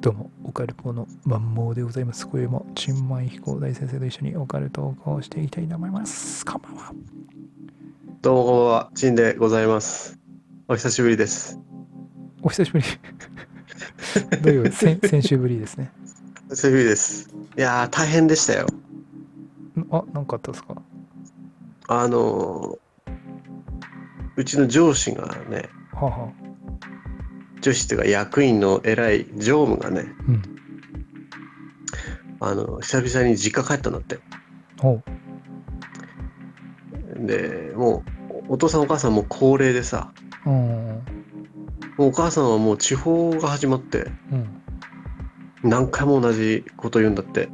どうも、オカルポの万能でございます。これも、チンマイ飛行大先生と一緒にオカル投稿をしていきたいと思います。こんばんは。どうもこんばんは、チンでございます。お久しぶりです。お久しぶり。どういう先先週ぶりですね。お久しぶりです。いやー、大変でしたよ。あ、なんかあったですかはあのーうちの上司がね、あ、はあ、上司っていうか役員の偉い常務がね、うん。あの久々に実家帰ったんだって。おうで、もう、お父さんお母さんも高齢でさ、うん。もうお母さんはもう地方が始まって、うん。何回も同じこと言うんだって。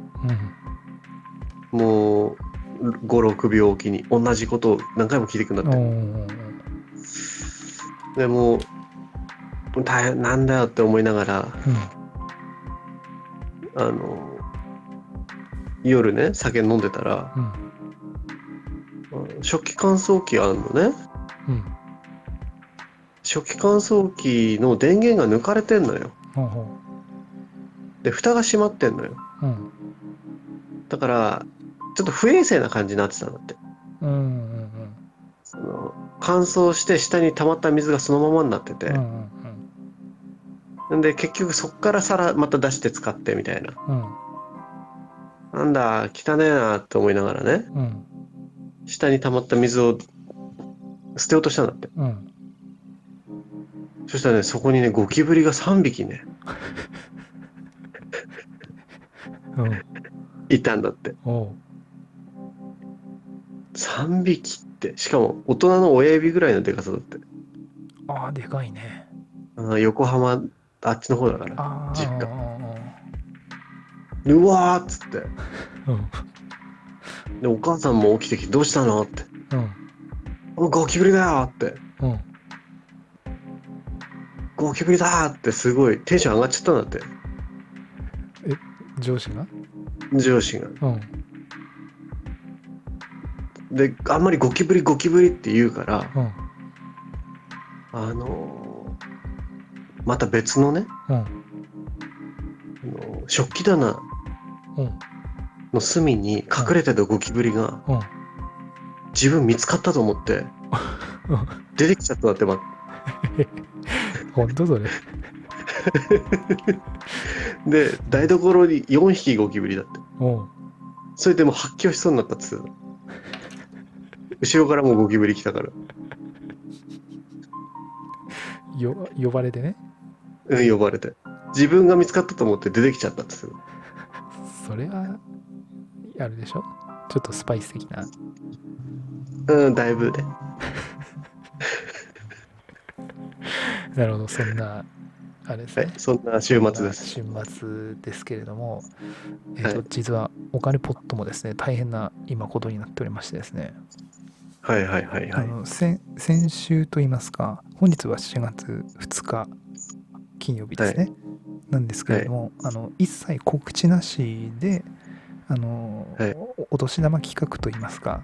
うん。もう、5、6秒おきに同じことを何回も聞いてくんだって。うん。でもう大変なんだよって思いながらあの夜ね酒飲んでたらうん。うん食器乾燥機あるのねうん。食器乾燥機の電源が抜かれてんのよほうほで蓋が閉まってんのよう。うん。だからちょっと不衛生な感じになってたんだってうん。うん。その乾燥して下に溜まった水がそのままになっうてん。うてん。う、ん。ん、で結局そっから皿また出して使ってみたいなうん。なんだ汚ねえなって思いながらねうん。下に溜まった水を捨てようとしたんだってうん。そしたらね、そこにね、ゴキブリが3匹ね、うん。いたんだって。おう。 3匹って、しかも大人の親指ぐらいのでかさだって。ああ、でかいね。あの横浜、あっちの方だから。ああ。実家うわーっつって。うん。で、お母さんも起きてきて、どうしたのって。うん。おゴキブリだよって。うん。ゴキブリだーって、すごいテンション上がっちゃったんだって。上司が上司が。うん。で、あんまりゴキブリ、ゴキブリって言うから、うん。あのーまた別のね、うん。あのー食器棚うん。の隅に隠れてたゴキブリが、うん。自分見つかったと思ってうん出てきちゃったんだってば本当それ。で台所に4匹ゴキブリだっておう。それでもう発狂しそうになったっつうの後ろからもうゴキブリ来たから、よ呼ばれてね。うん、呼ばれて自分が見つかったと思って出てきちゃったっつうのそれは、あるでしょちょっとスパイス的な。うんだいぶねなるほど、そんな、あれですはいね。そんな週末です週末ですけれども、えっ、と、はい実は、お金ポットもですね、大変な今ことになっておりましてですね、はいはいはいはあいの先先週といいますか、本日は4月2日金曜日ですね、なんですけれども、あの一切告知なしで、あの、はいおお年玉企画といいますか、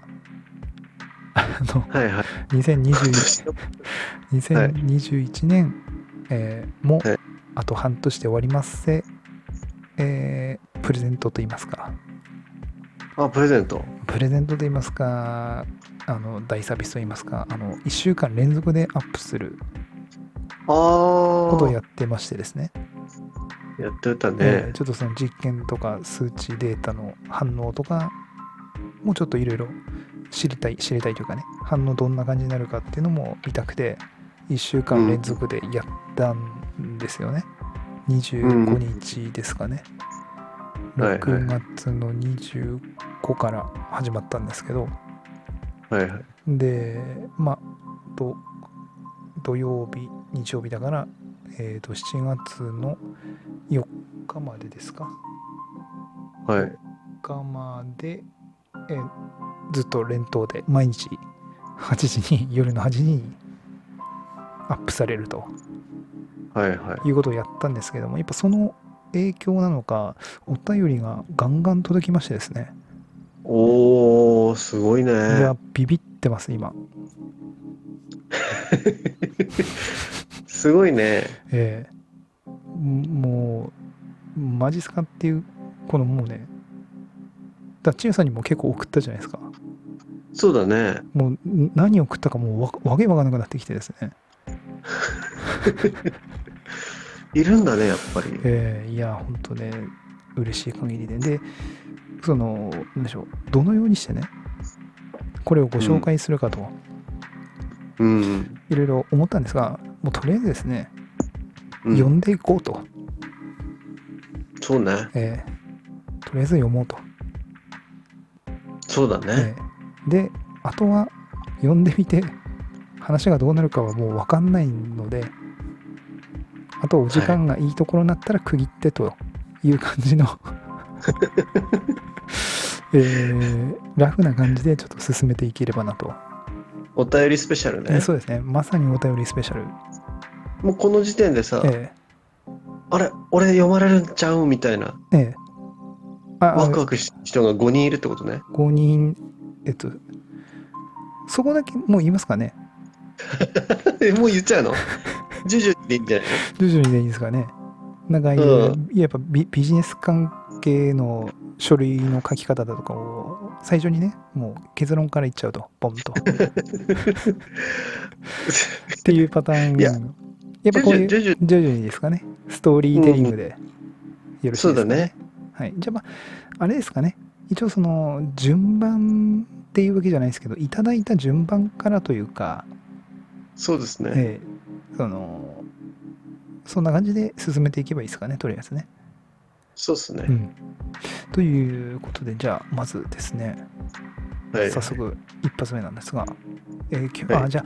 あの、はいはい今2021年の2021年、えーもはいあと半年で終わりますせ、えープレゼントといいますかあプレゼントプレゼントといいますかあの大サービスといいますかあの1週間連続でアップするあことをーやってましてですねやってたえーねちょっとその実験とか数値データの反応とかもうちょっといろいろ知りたい知りたいというかね反応どんな感じになるかっていうのも見たくて1週間連続でやったんですよね、25日ですかね、はいはい6月の25から始まったんですけどはいはいでまあと土曜日日曜日だから、えー、と7月の4日までですかはい日まで、えーずっと連投で毎日8時に夜の8時にアップされるとはいはいいうことをやったんですけどもやっぱその影響なのかお便りがガンガン届きましてですねおーすごいねいやビビってます今、すごいねえーもマジスカっていうこのもうねダッチンさんにも結構送ったじゃないですかそうだね。もうん何を送ったかもうわわけわかんなくなってきてですねいるんだね、やっぱり。えーいや本当ね嬉しい限りででその何でしょうどのようにしてねこれをご紹介するかとうん。いろいろ思ったんですが、もうとりあえずですね、うん読んでいこうと、そうね。えーとりあえず読もうと、そうだね。えーであとは読んでみて話がどうなるかはもう分かんないのであとお時間がいいところになったら区切ってという感じの、 えーラフな感じでちょっと進めていければなと、お便りスペシャえルーね。そうですねまさにお便りスペシャル、もうこの時点でさ、えあれ、俺読まれるんちゃうみたいな、ーえーああワクワクした人が5人いるってことね。 5人、えっと、そこだけもう言いますかね。え、もう言っちゃうのジュジュでいいんじゃない徐々にでいいですかね。なんか、うやっぱビビジネス関係の書類の書き方だとかを最初にね、もう結論から言っちゃうと、ポン と。っていうパターン。いややっぱこういのうジ、ュジュ、ジュジュ、徐々にですかね。ストーリーテリングでよろしいですか、そうだね。はい、じゃあまああれですかね一応その順番っていうわけじゃないですけどいただいた順番からというか、そうですね。ええそのそんな感じで進めていけばいいですかねとりあえずね。そうですねう。ん、ということでじゃあまずですねはい。早速一発目なんですが、えー今日ははいじゃあ、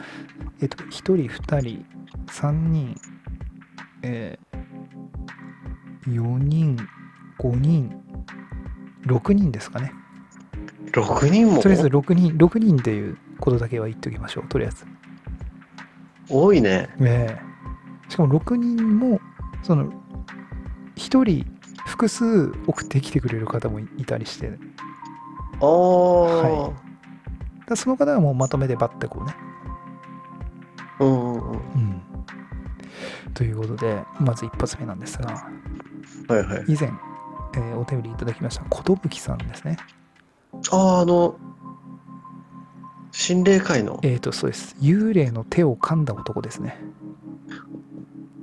えっと1人2人3人、え4人5人6人ですかね6人もとりあえず6人6人っていうことだけは言っておきましょうとりあえず、多いね。ええしかも6人もその1人複数送ってきてくれる方もいたりしてだかああ、はらその方はもうまとめてバッてこうねうんうんうん。うんということで、まず一発目なんですが、はいはい。以前、えーお手振りいただきました、寿さんですね。ああ、あの、心霊界の。えっ、と、そうです。幽霊の手を噛んだ男ですね。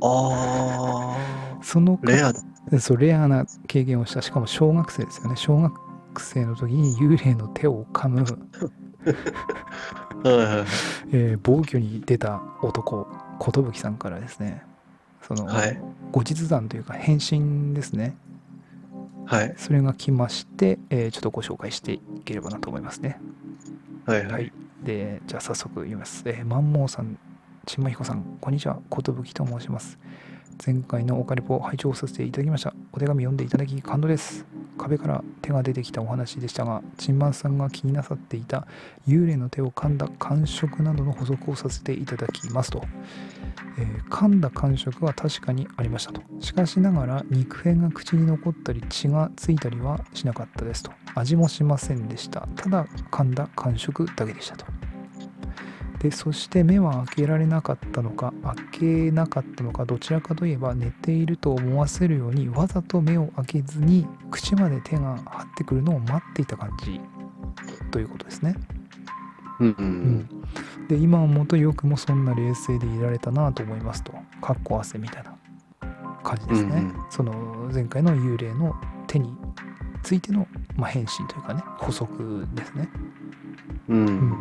ああ、そのレア。そうレアな経験をした、しかも小学生ですよね。小学生の時に幽霊の手を噛む、はいはいはい。えー暴挙に出た男、寿さんからですね、その、はい。後日談というか、返信ですね。はい。それが来まして、えーちょっとご紹介していければなと思いますね。はいははいい。。で、じゃあ早速読みます。えー、マンモーさん、ちんまひこさん、こんにちは。ことぶきと申します。前回のオカリポを拝聴させていただきました。お手紙読んでいただき感動です。壁から手が出てきたお話でしたが、ちんまんさんが気になさっていた幽霊の手を噛んだ感触などの補足をさせていただきますと。えー噛んだ感触は確かにありましたと。しかしながら肉片が口に残ったり血がついたりはしなかったですと。味もしませんでした。ただ噛んだ感触だけでしたと。でそして目は開けられなかったのか開けなかったのかどちらかといえば寝ていると思わせるようにわざと目を開けずに口まで手が張ってくるのを待っていた感じということですね。うんう。うんん、で今思うとよくもそんな冷静でいられたなと思いますとかっこ汗みたいな感じですね。うんうんその前回の幽霊の手についての、まあ、変身というかね補足ですね。うん。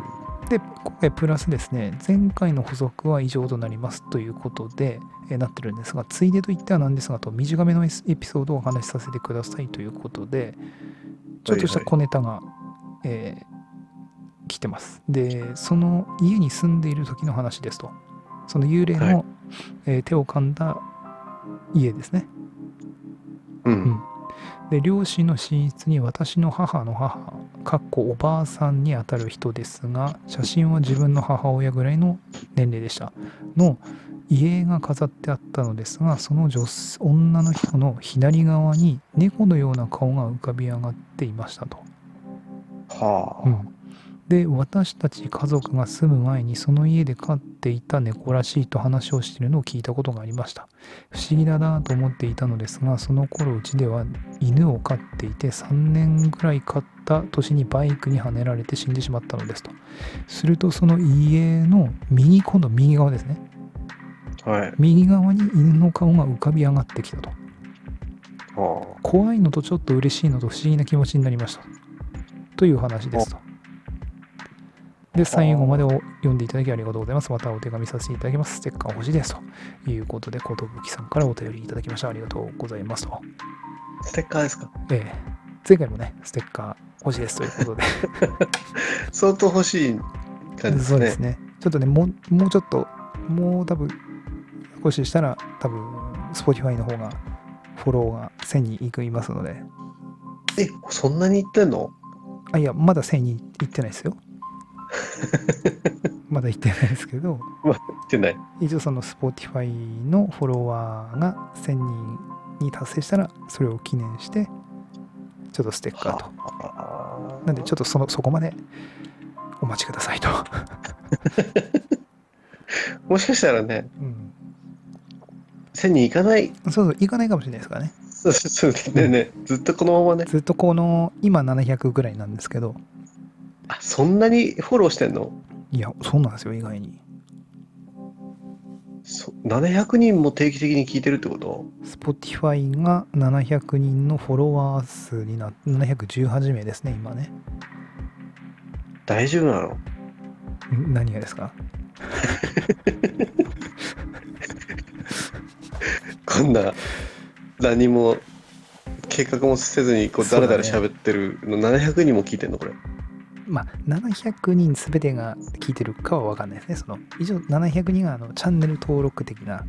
で、今回プラスですね、前回の補足は以上となりますということで、えーなってるんですが、ついでと言ってはなんですがと、短めのエスエピソードをお話しさせてくださいということで、ちょっとした小ネタが、えー来てます。で、その家に住んでいる時の話ですと、その幽霊の、はいえー手を噛んだ家ですね。うん。で両親の寝室に私の母の母かっこおばあさんにあたる人ですが写真は自分の母親ぐらいの年齢でしたの家が飾ってあったのですがその女女の人の左側に猫のような顔が浮かび上がっていましたと、はうあ。んで私たち家族が住む前にその家で飼っていた猫らしいと話をしているのを聞いたことがありました不思議だなと思っていたのですがその頃うちでは犬を飼っていて3年ぐらい飼った年にバイクにはねられて死んでしまったのですとするとその家の右今度右側ですねはい。右側に犬の顔が浮かび上がってきたとは怖いのとちょっと嬉しいのと不思議な気持ちになりましたという話ですと。で、最後までを読んでいただきありがとうございます。またお手紙させていただきます。ステッカー欲しいですということで、ことぶきさんからお便りいただきました。ありがとうございますと。あ。ステッカーですかええ前回もね、ステッカー欲しいですという ことで、相当欲しい感じですね。そうですね。ちょっとね、もうもうちょっと、もう多分、少ししたら、多分、Spotify の方が、フォローが1000にいくいますので、え、そんなにいってんのあいやまだ1000人行ってないですよまだ行ってないですけどいってない。一応その Spotify のフォロワーが1000人に達成したらそれを記念してちょっとステッカーとあなんでちょっとそのそこまでお待ちくださいと、 もしかしたらね、うん、 1000に行かない。そうそう行かないかもしれないですからねそうそうそう。ねね、ずっとこのままね。ずっとこの今700ぐらいなんですけどあ、そんなにフォローしてんのいやそうなんですよ意外にそ ?700 人も定期的に聞いてるってこと Spotify が700人のフォロワー数になって718名ですね今ね大丈夫なのん何がですかこんな何も計画もせずにこうそだうだらねだら喋ってるの、700人も聞いてんのこれまあ、700人全てが聞いてるかは分かんないですね。その一応700人があのチャンネル登録的な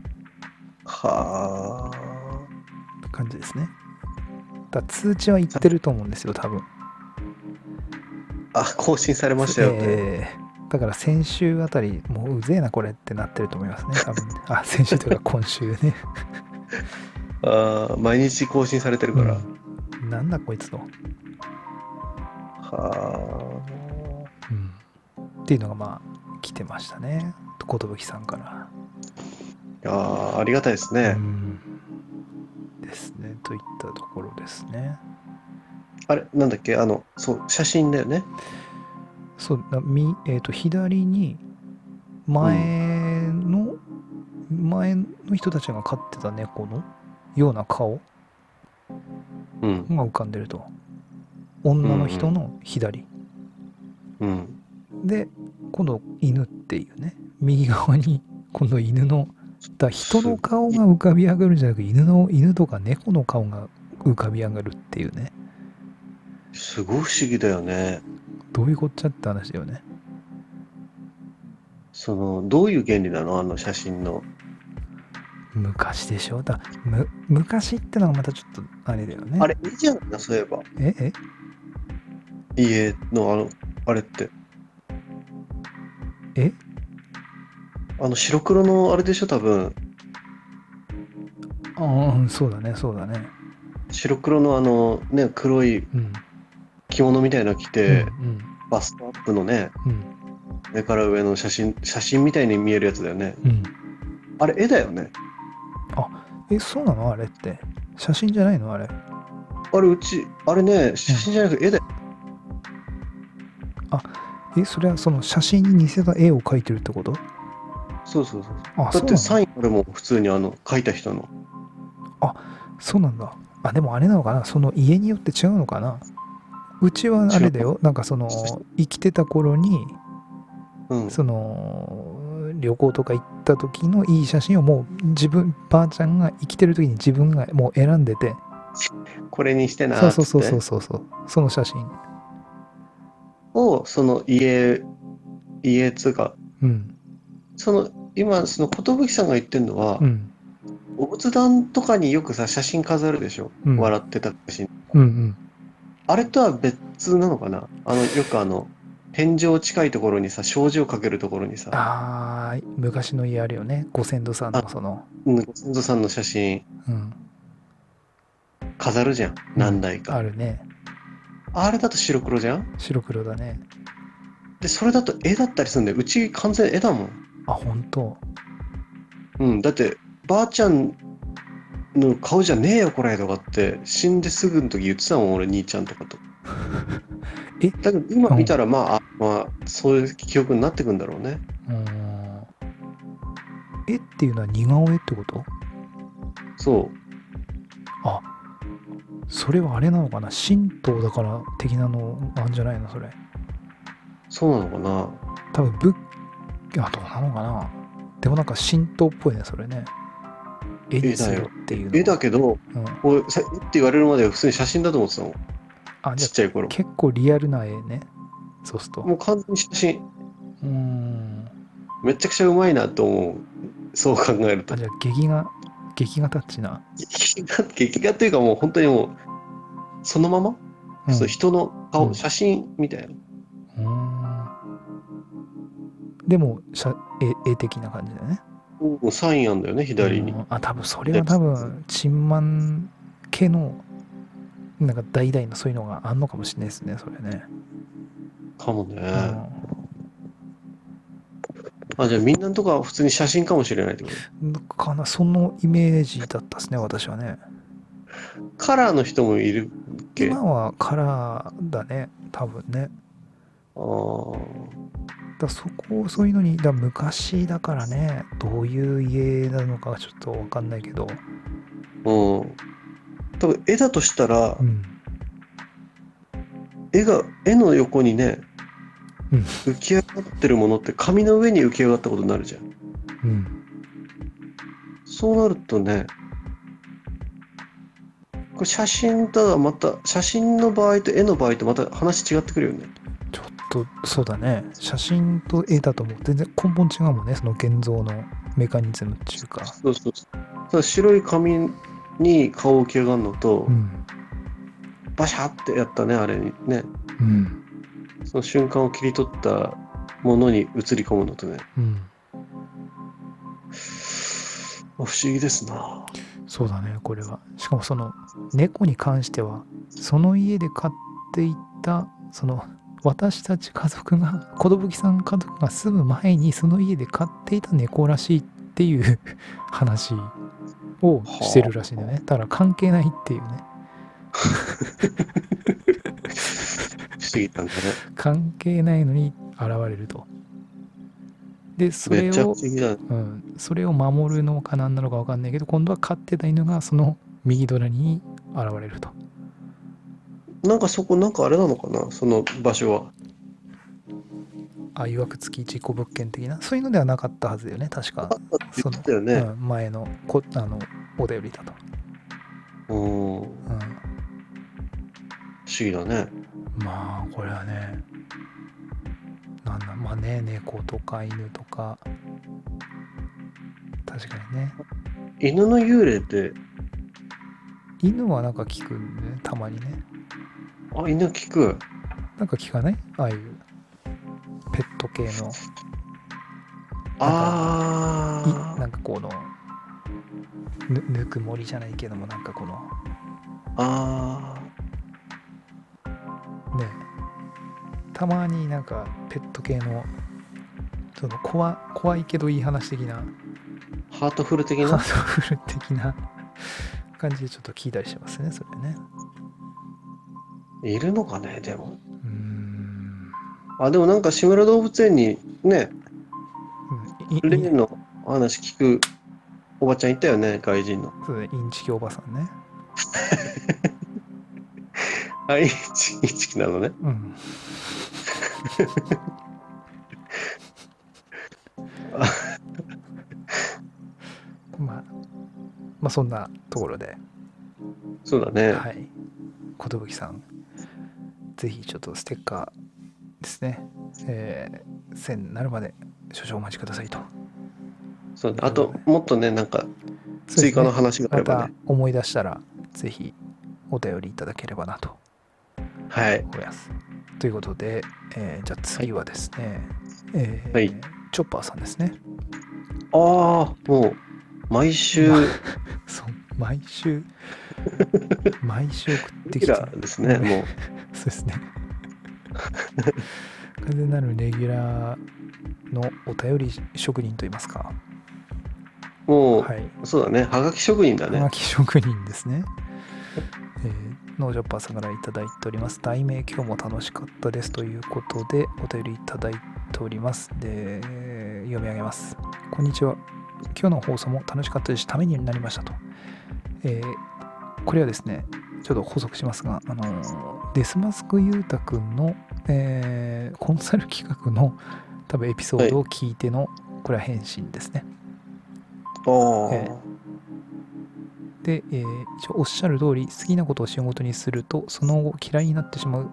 は感じですね。だから通知は言ってると思うんですよ、多分。ああ更新されましたよって、えーだから先週あたり、もううぜえなこれってなってると思いますね、多分。 あ、先週というか今週ね。あー毎日更新されてるから、うんなんだこいつと、はうんっていうのがまあ来てましたね。寿さんから。ああーありがたいですね、うんですね。といったところですね。あれなんだっけあのそう写真だよねそうだみ、えー、と左に前の、前の人たちが飼ってた猫のような顔うんが浮かんでると女の人の左、うんで今度犬っていうね右側に今度犬のだ人の顔が浮かび上がるんじゃなく犬の犬とか猫の顔が浮かび上がるっていうねすごい不思議だよねどういうこっちゃって話だよねそのどういう原理なのあの写真の昔でしょだむ昔ってのがまたちょっとあれだよねあれいいじゃないそういえばええ家のあのあれってえあの白黒のあれでしょ多分ああそうだねそうだね白黒のあのね黒いうん、着物みたいなの着て、うんバストアップのねうんうん上から上の写真写真みたいに見えるやつだよねうんあれ絵だよねえそうなのあれって写真じゃないのあれあれうちあれね写真じゃなくて絵だよ、えそれはその写真に似せた絵を描いてるってことそうそうそうあだってそうなサインこれも普通にあの描いた人ののそうなんだあでもあれなのかなその家によって違うのかなうちはあれだよなんかその生きてた頃にうんその旅行とか行った時のいい写真をもう自分ばあちゃんが生きてる時に自分がもう選んでてこれにしてなーそっうつそっうてそうそうそうそうその写真をその家家っつうかうんその今その寿さんが言ってるのは、うんお仏壇とかによくさ写真飾るでしょ、うん笑ってた写真うんうんあれとは別なのかなあのよくあの天井近いところにさ障子をかけるところにさあー昔の家あるよねご先祖さんのその、うんご先祖さんの写真うん、飾るじゃん何台か、あるねあれだと白黒じゃん白黒だねで、それだと絵だったりするんだよ。うち完全絵だもん。あ本当うん、だって、ばあちゃんの顔じゃねえよ、これとかって、死んですぐの時言ってたもん、俺、兄ちゃんとかと 。えだけど、今見たら、まあ、あまあ、そういう記憶になってくんだろうね。うーん絵っていうのは似顔絵ってことそそれはあれなのかな神道だから的なのなんじゃないのそれう、そうなのかな。多分仏あどうなのかなでもなんか神道っぽいねそれね絵にするっていうのは絵だけど、うん、こうさ絵って言われるまでは普通に写真だと思ってたもん、あじちゃっちゃい頃あ。結構リアルな絵ねそうするともう完全に写真、うーんめちゃくちゃうまいなと思う。そう考えるとあ。じゃあ劇画劇画タッチな、劇画劇画というかもう本当にもう、そのまま、うん、そう人の顔、うん写真みたいうな。ーんでもしゃ絵絵的な感じだよねもうサインあんだよね、左にう。んあ多分それは多分チンマン系のなんか代々のそういうのがあんのかもしれないですねそれね、かもね。うんあ、じゃあみんなのとかは普通に写真かもしれないってことかなそのイメージだったですね私はねカラーの人もいるっけあ今はカラーだね多分ねあー。だからそこをそういうのにだから昔だからねどういう家なのかちょっと分かんないけど、うん。多分絵だとしたらう、ん、絵が、絵の横にね、うん浮き上がってるものって紙の上に浮き上がったことになるじゃん。うん、そうなるとね、これ写真とはまた、写真の場合と絵の場合とまた話違ってくるよね。ちょっとそうだね写真と絵だともう全然根本違うもんねその現像のメカニズムっていうか、そうそうそう。ただ白い紙に顔を浮き上がるのと、うんバシャってやったね、あれにね。うんその瞬間を切り取ったものに映り込むのとね、うん、まあ不思議ですな。そうだねこれはしかもその猫に関してはその家で飼っていたその私たち家族が寿さん家族が住む前にその家で飼っていた猫らしいっていう話をしてるらしいんだよねだから関係ないっていうね不思議なんだね。関係ないのに現れるとでそめれっちゃ不を思議だ。うん、それを守るのか何なのか分かんないけど今度は飼ってた犬がその右隣に現れるとなんかそこ、なんかあれなのかな、その場所は。あいわくつき事故物件的なそういうのではなかったはずだよね確か言そっのて、たよね。うん、前のこあのお便りだと、うん、不思う議だね。ん、まあこれはねなんだまあね猫とか犬とか確かにね犬の幽霊って、犬はなんか聞くんだよねたまにねあ、犬聞く。なんか聞かないああいうペット系のあいなんかこのぬぬくもりじゃないけどもなんかこのあ、あねたまになんかペット系のその怖怖いけどいい話的なあ、ハートフル的ハードな。フル的な感じでちょっと聞いたりしますねそれねいるのかね、でも。うーんあ、でもなんか、志村動物園にね、うんいい霊の話聞くおばちゃんいたよね、外人の。そうだねインチキおばさんねあ、インチインチキなのね。うんまあまあそんなところでそうだね。はい。寿さん、ぜひちょっとステッカーですね、えー、線になるまで少々お待ちくださいと。そうねあと、もっとね、なんか、追加の話があまればたね。思い出したら、ぜひお便りいただければなとはい。思います。ということで、えーじゃあ次はですね、えーはいチョッパーさんですね。ああ、もう、毎週、そう毎 週、毎週送ってきレギてュるラーですね、もう。そうですね。完全なるレギュラーのお便り職人といいますか、もう、はい、そうだね。はがき職人だはがね。き職人ですね。えー、農場パーさんからいただいております。題名、今日も楽しかったですということで、お便りいただいております。で、えー読み上げます。こんにちは。今日の放送も楽しかったですし、ためになりましたと。えーこれはですね、ちょっと補足しますが、あのーデスマスクユータくんの、えーコンサル企画の多分エピソードを聞いての、これは返信ですね。おお、えで、えー一応おっしゃる通り好きなことを仕事にするとその後嫌いになってしまう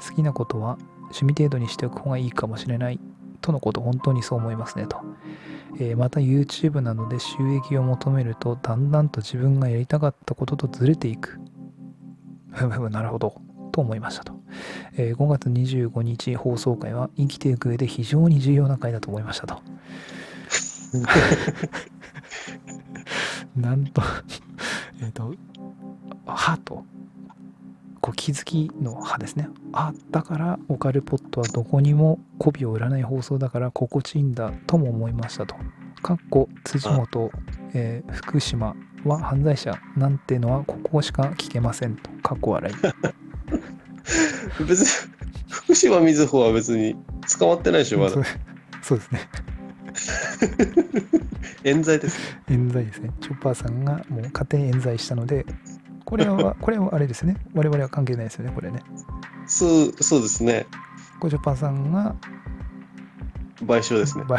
好きなことは趣味程度にしておく方がいいかもしれないとのこと本当にそう思いますねと、えーまた YouTube などで収益を求めるとだんだんと自分がやりたかったこととずれていくふむふむなるほどと思いましたと、えー5月25日放送回は生きていく上で非常に重要な回だと思いましたとなんと えっ、と、歯と、こう気づきの歯ですね。あ、だからオカルポットはどこにも媚びを売らない放送だから心地いいんだとも思いましたと。かっこ辻元、えー福島は犯罪者なんてのはここしか聞けませんと。かっこ笑い。別に、福島みずほは別に捕まってないでしょ、まそだう。そうですね。冤罪です。冤罪ですね。チョッパーさんがもう勝手に冤罪したので、これは、 これはあれですね。我々は関係ないですよね、これね。そう、そうですね。これチョッパーさんが賠償ですね。ば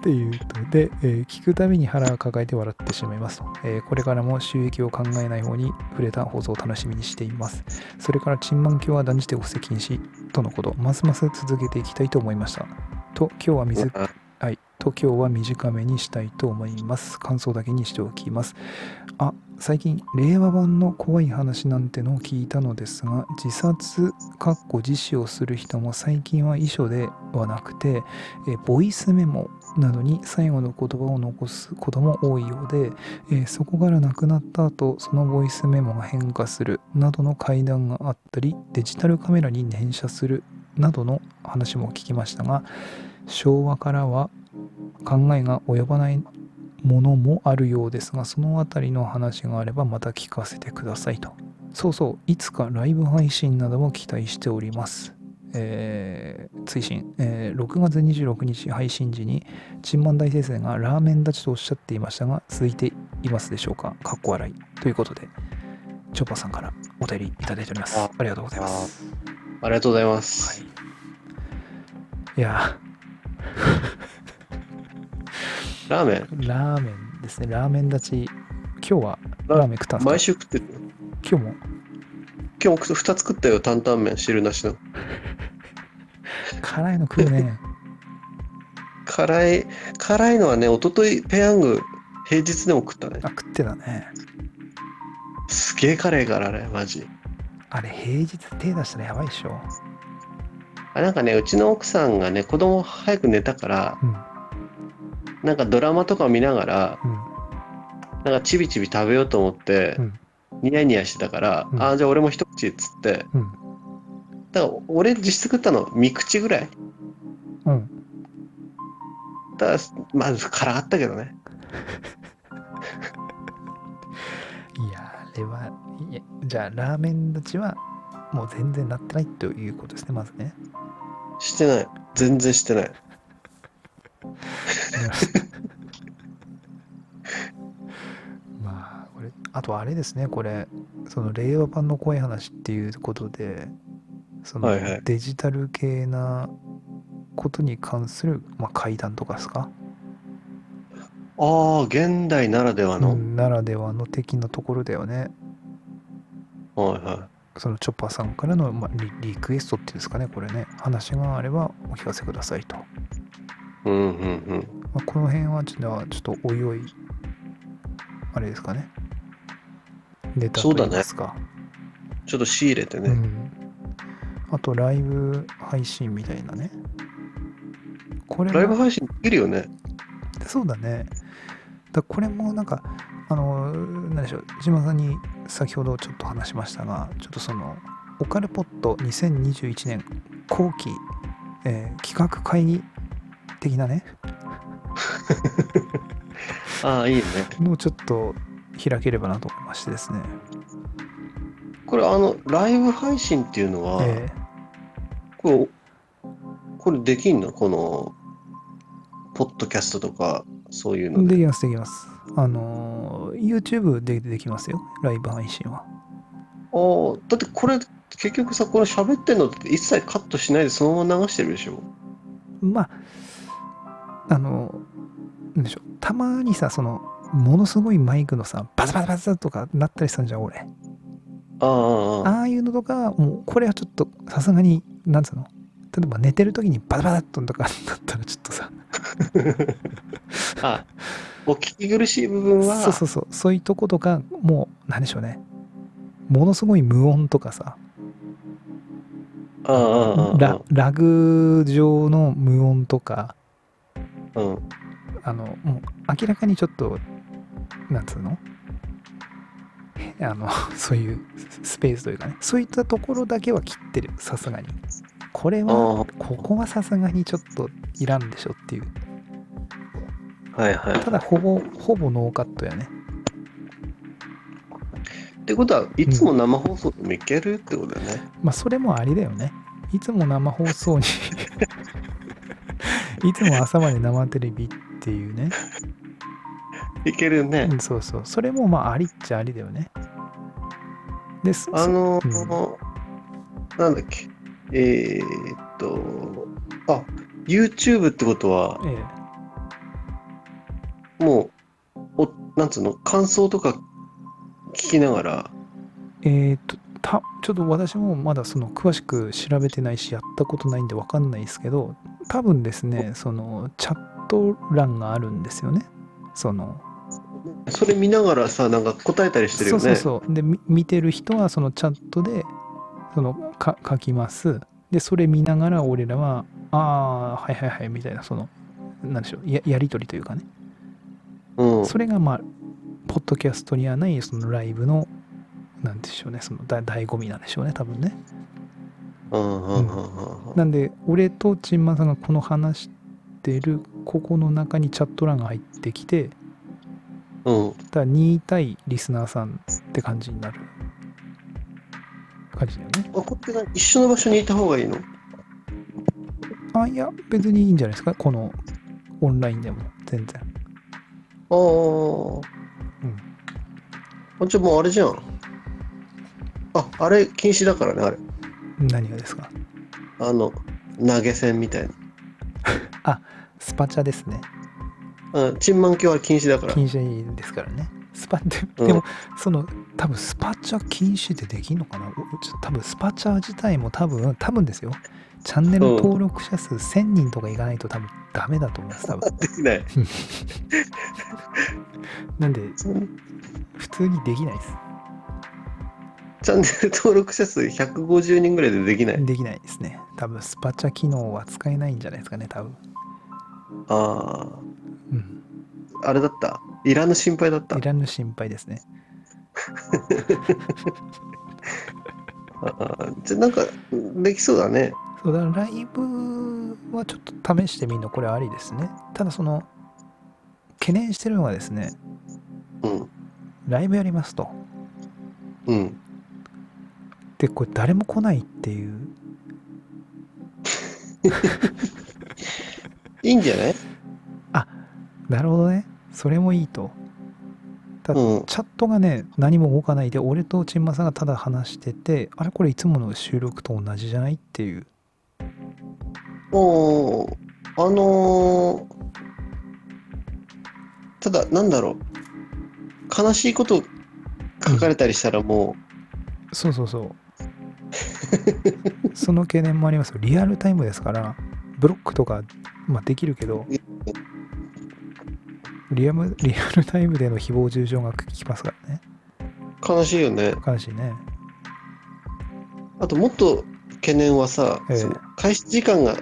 っていうとで、えー聞くたびに腹を抱えて笑ってしまいますと、えーこれからも収益を考えない方に触れた放送を楽しみにしています。それから、チンマン教は断じてお布施禁止とのこと、ますます続けていきたいと思いました。と、今日は水あはい、と今日は短めにしたいと思います。感想だけにしておきます。あ、最近、令和版の怖い話なんてのを聞いたのですが、自殺、かっこ自死をする人も最近は遺書ではなくて、えボイスメモなどに最後の言葉を残すことも多いようで、えーそこから亡くなった後そのボイスメモが変化するなどの会談があったりデジタルカメラに転写するなどの話も聞きましたが昭和からは考えが及ばないものもあるようですがそのあたりの話があればまた聞かせてくださいとそうそういつかライブ配信なども期待しておりますえー追伸、えー6月26日配信時にチンマン大先生がラーメン立ちとおっしゃっていましたが続いていますでしょうかかっこ笑いということでチョッパーさんからお便りいただいておりますあありがとうございますありがとうございます。いやラーメン、ーラーメンですねラーメン立ち今日はララーメン食ったんで毎す週食ってる。か今日も今日2つ食ったよ、担々麺、汁なしの。辛いの食うね辛い、辛いのはね、一昨日ペヤング、平日でも食ったねあ。食ってたねすげえ辛いから、あれ、マジ。あれ平日手出したらやばいでしょあなんかね、うちの奥さんがね、子供早く寝たから、うんなんかドラマとか見ながら、うんなんかちびちび食べようと思って、うんニヤニヤしてたから、うんああ、じゃあ俺も一口っつって、うんだから俺実質食ったの3口ぐらい。うんだからまあ、辛かったけどね。いやーあれはいやじゃあラーメン立ちはもう全然なってないということですねまずねしてない。全然してない。 まあこれあとあれですねこれその令和版の怖い話っていうことでそのはいはいデジタル系なことに関する、まあ、会談とかですか、ああ、現代ならではの。うんならではの的なところだよねはいはそのチョッパーさんからの、まあ、リリクエストっていうんですかねこれね話があればお聞かせくださいと、まい。うんうんあ、この辺はちょっとちょっとおいおいあれですかねネタといいますかうん。ちょっと仕入れてうね。ん、あとライブ配信みたいなねこれライブも配信できるよね。そうだねだこれもなんかあの何でしょう島さんに先ほどちょっと話しましたがちょっとそのオカルポット2021年後期、えー企画会議的なねああ、いいね。のをちょっと開ければなと思いましてですね、これ、あの、ライブ配信っていうのは、えーこれ、これできんのこの、ポッドキャストとか、そういうのでで。きますできますあのー YouTube でできますよライブ配信はああ、だってこれ、結局さ、これ喋ってんのって一切カットしないでそのまま流してるでしょ。まああのなんでしょうたまにさそのものすごいマイクのさバズバズバズとかなったりするじゃん俺ああ、ああ、ああいうのとかもうこれはちょっとさすがになんつうの例えば寝てる時にバズバズっととかなったらちょっとさああ。お聞き苦しい部分は、そうそうそうそういうとことかもうなんでしょうねものすごい無音とかさああ、ああ、あララグ上の無音とかあ、うん。あのもう明らかにちょっとなんつうのへあの そういうスペースというかねそういったところだけは切ってるさすがにこれはあここはさすがにちょっといらんでしょっていうあ、はいはい。ただほぼほぼノーカットやねってことはいつも生放送でもいけるってことだよね。まあそれもありだよねいつも生放送に いつも朝まで生テレビっていうねいけるねう。んそうそうそれもまあありっちゃありだよねですあのうんなんだっけ、えーっと、あ YouTube ってことは、ええもう、おなんつうの、感想とか聞きながら、えー、とたちょっと私もまだその詳しく調べてないしやったことないんで分かんないですけど多分ですねそのチャット欄があるんですよねそのそれ見ながらさ、なんか答えたりしてるそようね。そうそうでみ見てる人はそのチャットでそのか書きますでそれ見ながら俺らはああはいはいはいみたいなそのなんでしょうややり取りというかねうん、それがまあポッドキャストにはないそのライブのなんでしょうねそのだ醍醐味なんでしょうね多分ねうんうんうんうんうんなんで俺とチンマンさんがこの話してるここの中にチャット欄が入ってきてうんだから2対リスナーさんって感じになる感じだよねあこれって一緒の場所にいた方がいいのあいや別にいいんじゃないですかこのオンラインでも全然ああ。あ、じゃあもうあれじゃん。あ、あれ禁止だからね、あれ。何がですかあの、投げ銭みたいな。スパチャですねうん、チンマン教は禁止だから。禁止ですからねスパでうんでも、その多分スパチャ禁止ってできんのかなおちょ多分スパチャ自体も多分多分ですよチャンネル登録者数1000人とかいかないと多分ダメだと思います多分できない。なんで、チャン普通にできないです。チャンネル登録者数150人ぐらいでできない。できないですね。多分、スパチャ機能は使えないんじゃないですかね、多分。あうん。あ、あれだった。いらぬ心配だったい。らぬ心配ですね。あーじゃあなんか、できそうだね。そうだ、ライブはちょっと試してみるの、これありですね。ただ、その、懸念してるのがですね、うん。ライブやりますと。うん。で、これ誰も来ないっていう。いいんじゃないなるほどね。それもいいと。ただうんチャットがね、何も動かないで、俺とチンマさんがただ話してて、あれこれいつもの収録と同じじゃないっていう。おーあのーただ、なんだろう。悲しいこと書かれたりしたらもそうそうそう。 その懸念もありますよ。リアルタイムですから、ブロックとか、まあ、できるけど、リアムリアルタイムでの誹謗中傷が聞きますからね。う悲しいよね。悲しいね。あともっと懸念はさ、ええその開始時間が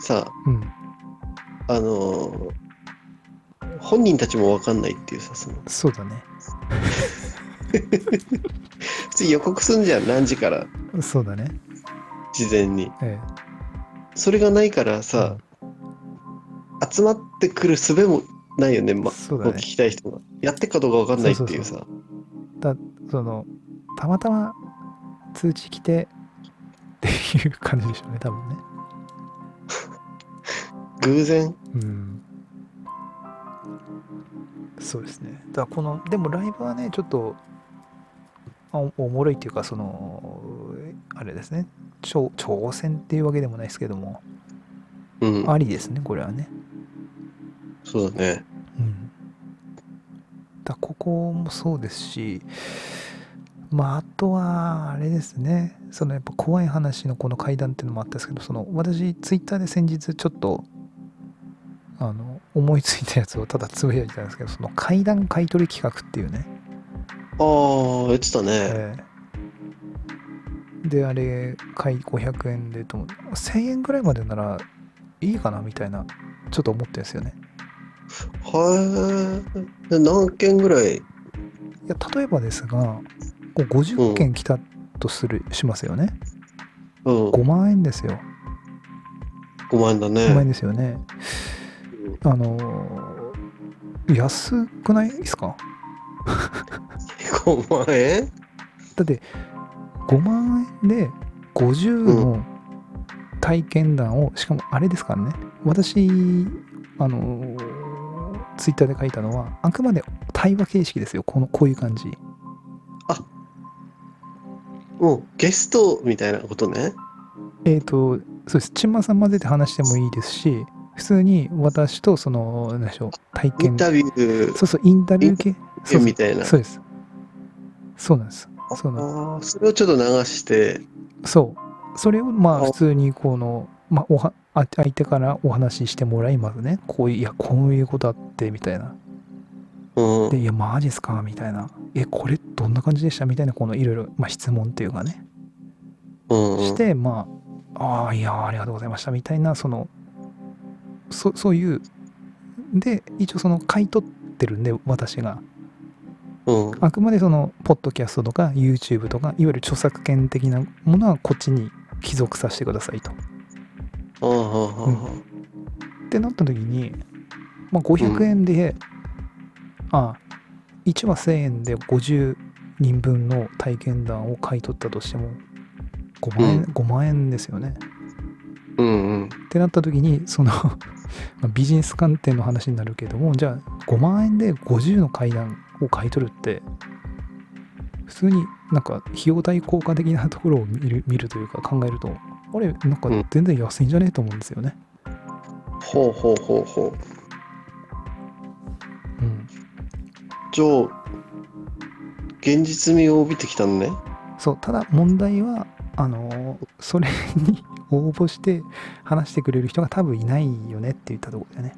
さ、うん。あのー本人たちも分かんないっていうさ、そのそうだね。普通予告すんじゃん、何時から、そうだね。事前に。えそれがないからえ。さ、集まってくる術もないよね、ま、そうもだう聞ね。きたい人が。やってっかどうかわかんないっていうそさ。その、たまたま通知来てっていう感じでしょうね、多分ね。偶然うん。そうですね。だからこの、でもライブはね、ちょっと、あおおもろいっていうか、その、あれですね、挑挑戦っていうわけでもないですけども、うん。ありですね、これはね。そうだね。うん、だここもそうですしまああとはあれですねそのやっぱ怖い話のこの階段っていうのもあったんですけどその私ツイッターで先日ちょっとあの思いついたやつをただつぶやいたんですけどその階段買い取り企画っていうね、ああ、言ってたね。ええであれ買い500円でと思う1000円ぐらいまでならいいかなみたいなちょっと思ってるんですよねはえ。何件ぐらいいや例えばですがこう50件来たとする、しますよねうん。 5万円ですよ5万円だ5万ね。円ですよね、あのー安くないですか5万円だって5万円で50の体験談を、しかもあれですからね私あのツイッター Twitter で書いたのはあくまで対話形式ですよこのこういう感じもうゲストみたいなことね。えっ、と、そうです。チンマさん混ぜて話してもいいですし、普通に私とその、何でしょう、体イン験。タビュそうそう、インタビュー系。そうーそみうたいな。そうです。そうなんです。そのああ、それをちょっと流して。そう。それをまああ普通にこの、まあ、おはあ相手からお話ししてもらいますね。こういう、いや、こういうことあって、みたいな。うん。で、いや、マジっすかみたいな。え、これどんな感じでしたみたいな、このいろいろ、まあ質問っていうかね。うんうんして、まあ、ああ、いやー、ありがとうございました、みたいな、その、そそういう、で、一応その、買い取ってるんで、私が。うん。あくまでその、ポッドキャストとか、YouTube とか、いわゆる著作権的なものは、こっちに帰属させてくださいと。ああ、はあ、はってなった時に、まあ、500円で、ああ、1話1000円で50人分の体験談を買い取ったとしても、5万円、うん5万円ですよね。あ。うんうん。ってなった時にその まあビジネス観点の話になるけどもじゃあ5万円で50の階段を買い取るって普通になんか費用対効果的なところを見る 見るというか考えるとあれなんかうん全然安いんじゃねえと思うんですよね。ほうほうほうほう。うん、じゃあ、現実味を帯びてきたの ね。そうただ問題はあのーそれに 応募して話してくれる人が多分いないよねって言ったところだよね。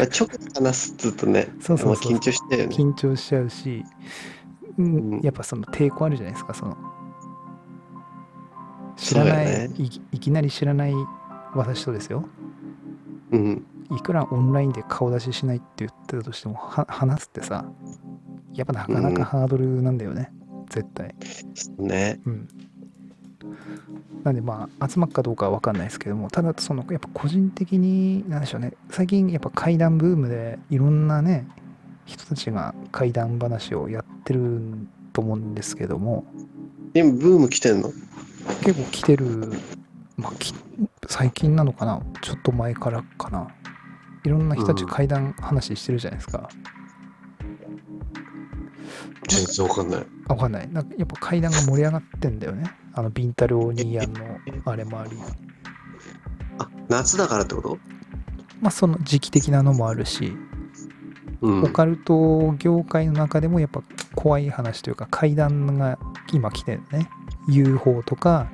あ直で話すっつうとね、そうそうそうまあ緊張したよね。緊張しちゃうし、うんうんやっぱその抵抗あるじゃないですかその知らないそうだよねいきいきなり知らない私とですようん。いくらオンラインで顔出ししないって言ってたとしてもは話すってさやっぱなかなうんかハードルなんだよね、絶対そうね。うんなんでまあ集まっかどうかは分かんないですけどもただそのやっぱ個人的になんでしょうね最近やっぱ怪談ブームでいろんなね人たちが怪談話をやってると思うんですけども今、ブーム来てんの結構来てる、まあ、き最近なのかなちょっと前からかないろんな人たちうん怪談話してるじゃないですか、全然わかんない。あわかんないなんかやっぱ怪談が盛り上がってんだよねあのビンタルオニーヤンのあれもありあ、夏だからってことまあその時期的なのもあるしうん。オカルト業界の中でもやっぱ怖い話というか怪談が今来てるね UFO とか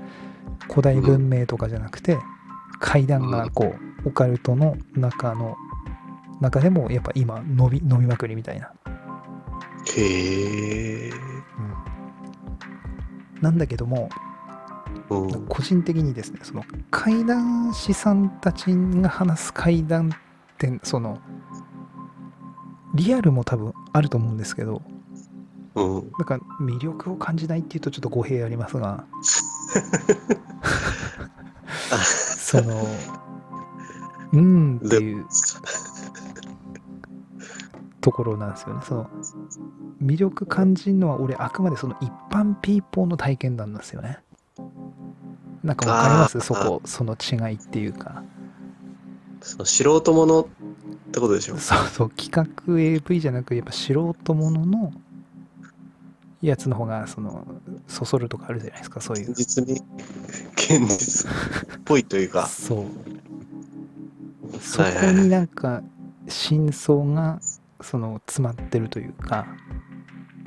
古代文明とかじゃなくて怪談がこうオカルトの中の中でもやっぱ今伸び伸びまくりみたいな、へえ。なんだけどもうん。個人的にですねその怪談師さんたちが話す怪談ってそのリアルも多分あると思うんですけどうん。なんか魅力を感じないっていうとちょっと語弊あります がそのうんっていうところなんですよねその魅力感じるのは俺あくまでその一般ピーポーの体験談なんですよねなんかわかりますあーそこその違いっていうかその素人ものってことでしょ。そうそう企画 AV じゃなくやっぱ素人もののやつの方がそのそそるとかあるじゃないですかそういう現実に、現実っぽいというか。そうそこになんか真相がその詰まってるというか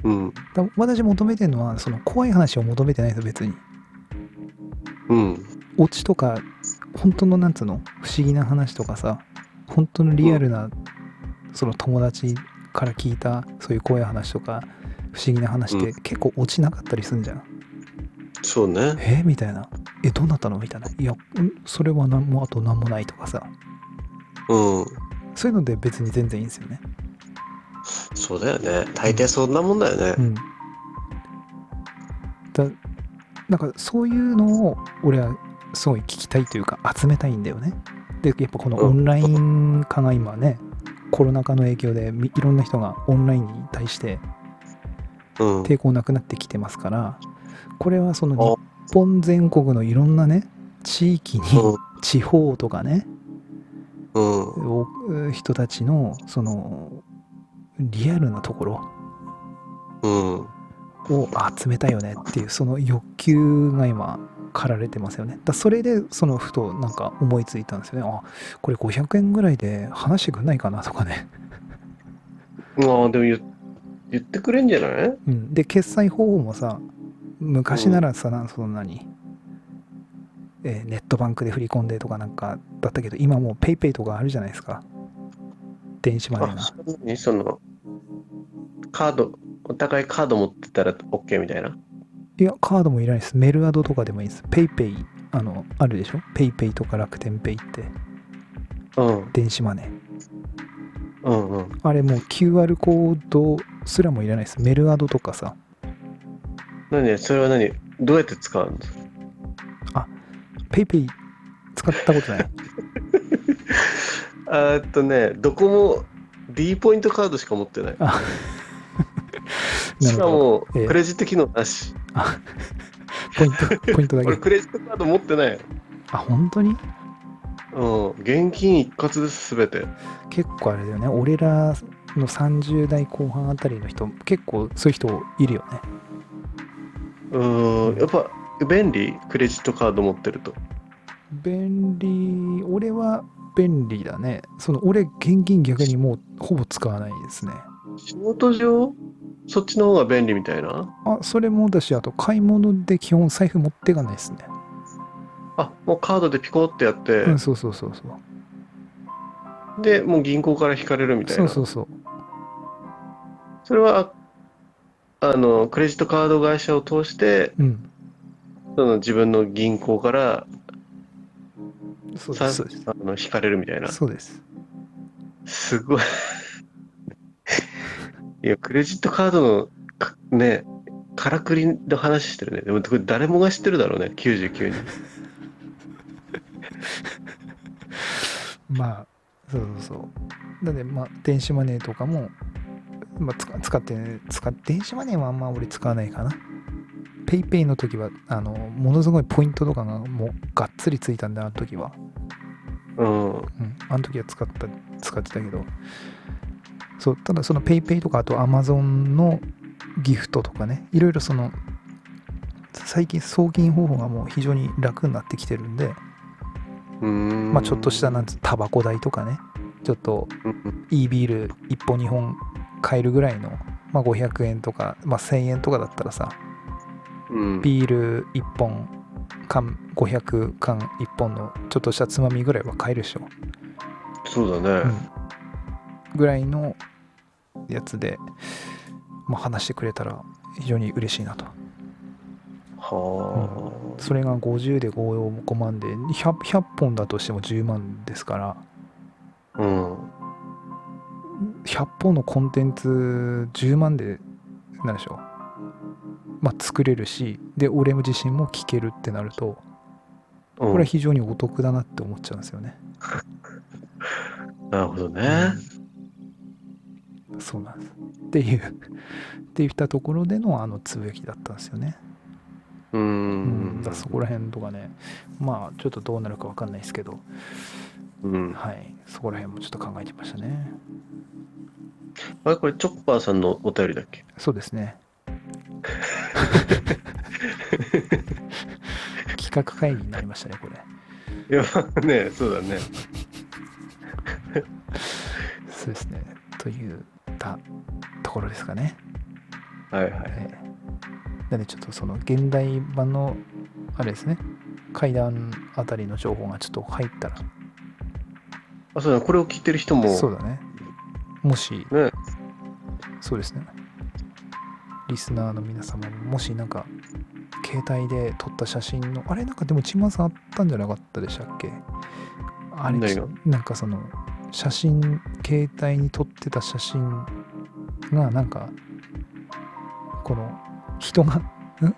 うん。だ私求めてるのはその怖い話を求めてないですよ別にうん。オチとか本当のなんつうの不思議な話とかさ本当のリアルなその友達から聞いたそういう怖い話とか不思議な話ってう結構オチなかったりすんじゃん、そうね。えみたいなえどうなったのみたいないやんそれは何もあと何もないとかさうん。そういうので別に全然いいんですよねそうだよね。大抵そんなもんだようね。んだなんかそういうのを俺はすごい聞きたいというか集めたいんだよねでやっぱこのオンライン化が今ねコロナ禍の影響でみいろんな人がオンラインに対してうん。抵抗なくなってきてますからこれはその日本全国のいろんなね地域に地方とかねうん。うん。お人たちのそのリアルなところうん。を集めたいよねっていうその欲求が今駆られてますよねだそれでそのふとなんか思いついたんですよねあこれ500円ぐらいで話してくんないかなとかね、まあでも言言ってくれんじゃないうん、で決済方法もさ昔ならさ、なん、そんなに、えーネットバンクで振り込んでとかなんかだったけど今もう PayPay ペイペイとかあるじゃないですか電子マネーあ、がそんなにその、カード、お互いカード持ってたら OK みたいな。いやカードもいらないですメルアドとかでもいいです PayPay ペイペイあのあるでしょ PayPay ペイペイとか楽天ペイってうん。電子マネーうんうん。あれもう QR コードすらもいらないです。メルアドとかさ。何それは何どうやって使うのペイペイ使ったことない。えっとね、どこも D ポイントカードしか持ってない。あなしるかほど。も、ええクレジット機能なし。ポイント、ポイントだ俺、け。クレジットカード持ってない。あ、本当にうん。現金一括です、すべて。結構あれだよね。俺らの30代後半あたりの人、結構そういう人いるよね。うん。やっぱ、便利クレジットカード持ってると。便利、俺は便利だね。その俺、現金逆にもうほぼ使わないですね。仕事上、そっちの方が便利みたいな。あ、それもだし、あと買い物で基本財布持ってかないですね。あ、もうカードでピコってやって、うん、そうそうそうそう。で、もう銀行から引かれるみたいそな。うそうそう。それは、ああの、クレジットカード会社を通して、うん。その自分の銀行からそうさです。そうですあの引かれるみたいな。そうです。すごい。 いや、クレジットカードのかね、からくりの話してるね。でも、これ誰もが知ってるだろうね、99人。まあ、そうそうそう。なんで、まあ、電子マネーとかも、まあ、使使って、使っ電子マネーはあんま俺使わないかな。ペイペイの時は、あの、ものすごいポイントとかがもうがっつりついたんだ、あの時は。うん。うん。あの時は使った、使ってたけど。そう、ただそのペイペイとか、あとアマゾンのギフトとかね、いろいろその、最近送金方法がもう非常に楽になってきてるんで、うーんまあちょっとしたなんつうタバコ代とかね、ちょっとうんいいビール1本2本買えるぐらいの、まあ、500円とか、まあ、1000円とかだったらさうん。ビール1本缶500缶1本のちょっとしたつまみぐらいは買えるでしょ、そうだうね。んぐらいのやつで、まあ、話してくれたら非常に嬉しいなとはあ。それが50で 5, 5万で 100, 100本だとしても10万ですからうん。 100本のコンテンツ10万で何でしょう、まあ、作れるしで俺自身も聞けるってなるとうこんれは非常にお得だなって思っちゃうんですよね。なるほどね。うんそうなんですっていう って言ったところでのあのつぶやきだったんですよね。ううんん、だからそこら辺とかねまあちょっとどうなるか分かんないですけど、うん、はい、そこら辺もちょっと考えてましたね。あれこれチョッパーさんのお便りだっけそうです ね。企画会議になりましたね、これ。いや ねそうだねそうですね。というたところですかね。はいはいええなんでちょっとその現代版のあれですね、階段あたりの情報がちょっと入ったら、あそうだこれを聞いてる人もそうだね。もし、ねそうですね。リスナーの皆様も、もしなんか、携帯で撮った写真の、あれなんかでも、ちまさんあったんじゃなかったでしたっけあれ何が、なんかその、写真、携帯に撮ってた写真が、なんか、この、人が、んなん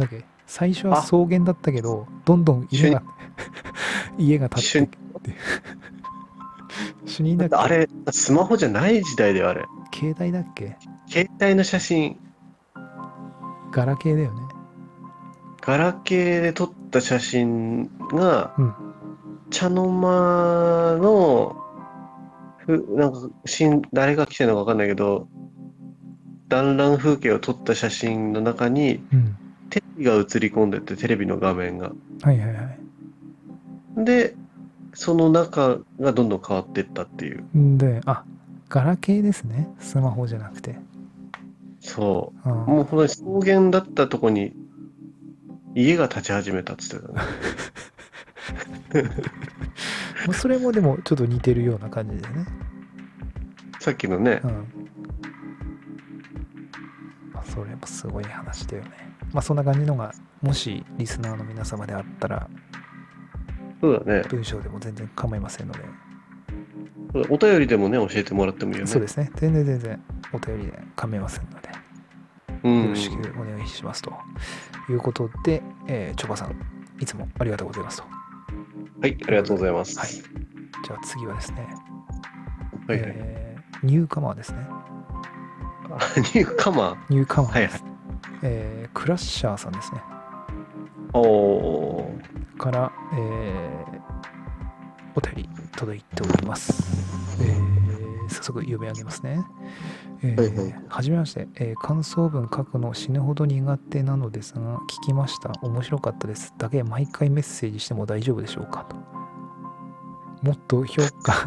だっけ最初はあ草原だったけど、どんどん家が、家が建ってっていう。主任だだっってけあれスマホじゃない時代だよあれ携帯だっけ携帯の写真ガラケーだよね。ガラケーで撮った写真が、うん茶の間のふなんかしん誰が来てるのか分かんないけど団らん風景を撮った写真の中にうん。テレビが映り込んでてテレビの画面がはいはいはい。でその中がどんどん変わっていったっていうんで、あ、ガラケーですね。スマホじゃなくて。そあうもう本当に草原だったとこに家が建ち始めたっつってたねまあそれもでもちょっと似てるような感じでね。さっき のねうん。まあ、それもすごい話だよね。まあ、そんな感じのが、もしリスナーの皆様であったら、そうだね文章でも全然構いませんので、お便りでもね教えてもらってもいいよねそうですね。全然全然お便りで構いませんので、うんよろしくお願いしますということで、えー、チョバさん、いつもありがとうございますと。はい、ありがとうございます。はい。じゃあ次はですね、はいはい。えーニューカマーですね。ニューカマニューカマーです。えークラッシャーさんですね。ー。おー。から、えーお便り届いております。えー早速読み上げますね。えーはいはいじめまして、えー感想文書くの死ぬほど苦手なのですが、聞きました。面白かったです。だけ毎回メッセージしても大丈夫でしょうかと。もっと評 価、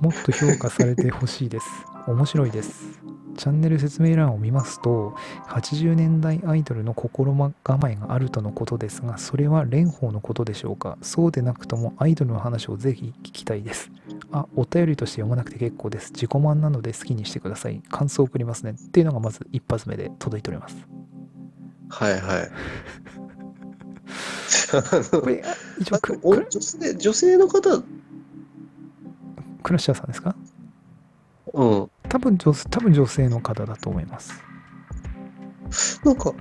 もっと評価されてほしいです。面白いです。チャンネル説明欄を見ますと、80年代アイドルの心構えがあるとのことですが、それは蓮舫のことでしょうかそうでなくともアイドルの話をぜひ聞きたいです。あ、お便りとして読まなくて結構です。自己満なので好きにしてください。感想を送りますね。っていうのがまず一発目で届いております。はい はい。これ、あ一応あクのおクラ女性女性の方、クラッシャーさんですかうん。多分女多分女性の方だと思います。なんか、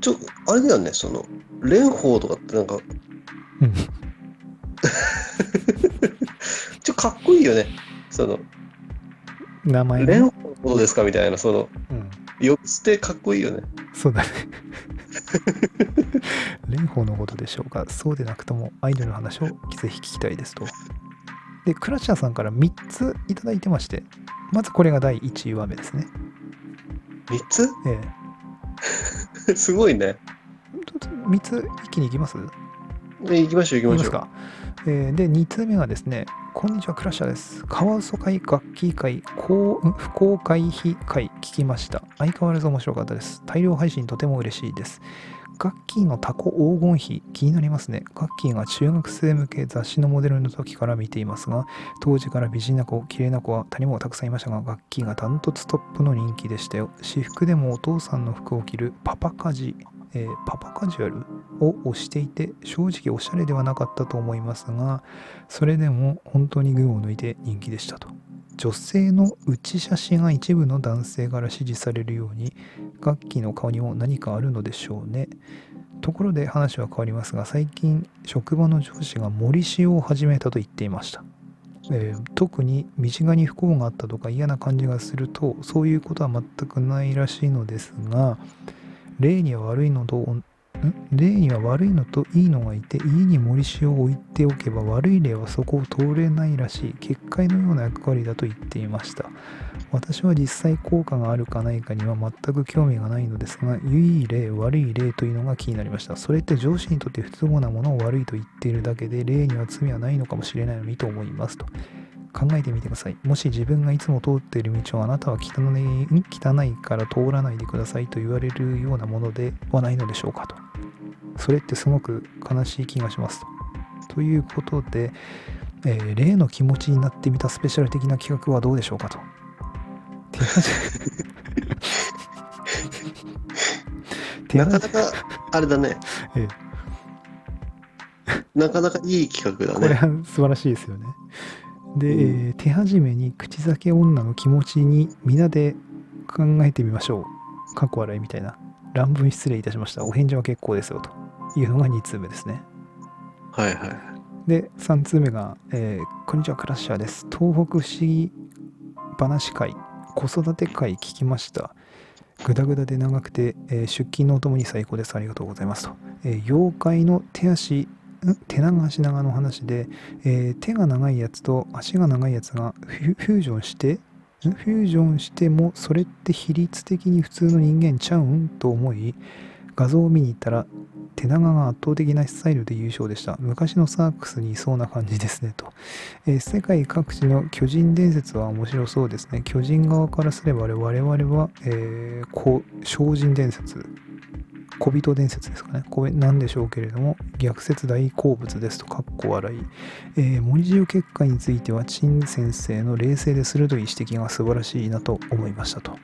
ちょ、あれだよね、その、蓮舫とかってなんか、うん。 ちょ、かっこいいよね。その、名前が蓮ね、舫のことですかみたいな、その、うん。呼び捨てかっこいいよね。そうだね。 蓮舫のことでしょうかそうでなくともアイドルの話をぜひ聞きたいですと。で、クラシャーさんから3ついただいてまして、まずこれが第1話目ですね。三つ えすごいね。えちょっと3つ一気にいきますで行きましょいう、行きまますしょう。か、えーで2通目がですね「こんにちはクラッシャーですカワウソ会楽器会公ん不公開非会聞きました相変わらず面白かったです大量配信とても嬉しいですガッキーのタコ黄金比気になりますね。ガッキーが中学生向け雑誌のモデルの時から見ていますが、当時から美人な子、綺麗な子は他にもたくさんいましたが、ガッキーがダントツトップの人気でしたよ。私服でもお父さんの服を着るパパカジ、えーパパカジュアルを推していて正直おしゃれではなかったと思いますがそれでも本当に群を抜いて人気でしたと女性の内写真が一部の男性から支持されるように楽器の顔にも何かあるのでしょうねところで話は変わりますが最近職場の上司が森塩を始めたと言っていました、えー特に身近に不幸があったとか嫌な感じがするとそういうことは全くないらしいのですが例には悪いのとん例には悪いのといいのがいて家に森塩を置いておけば悪い例はそこを通れないらしい結界のような役割だと言っていました私は実際効果があるかないかには全く興味がないのですが良い例悪い例というのが気になりましたそれって上司にとって不都合なものを悪いと言っているだけで例には罪はないのかもしれないのにと思いますと考えてみてくださいもし自分がいつも通っている道をあなたは汚いん汚いから通らないでくださいと言われるようなものではないのでしょうかとそれってすごく悲しい気がしますとということで、えー例の気持ちになってみたスペシャル的な企画はどうでしょうかと手なか始。なか、あれだねえなかなかいい企画だこれね。は素晴らしいですよね。で、うんえー手始めに口裂け女の気持ちに皆で考えてみましょう。過去笑いみたいな。乱文失礼いたしました。お返事は結構ですよ。というのが2通目ですね。はいはい。で、3通目が、えーこんにちは、クラッシャーです。東北不思議話会、子育て会聞きました。ぐだぐだで長くて、えー出勤のお供に最高です。ありがとうございます。と。えー妖怪の手足、ん手長足長の話で、えー手が長いやつと足が長いやつがフュフュージョンして、んフュージョンしてもそれって比率的に普通の人間ちゃうんと思い、画像を見に行ったら手長が圧倒的なスタイルで優勝でした。昔のサークスにいそうな感じですねと、えー世界各地の巨人伝説は面白そうですね。巨人側からすれば我々は、えーこう小人伝説、小人伝説ですかね。これなんでしょうけれども、逆説大好物ですと、かっこ笑い。えー、森塩結果については、陳先生の冷静で鋭い指摘が素晴らしいなと思いましたと。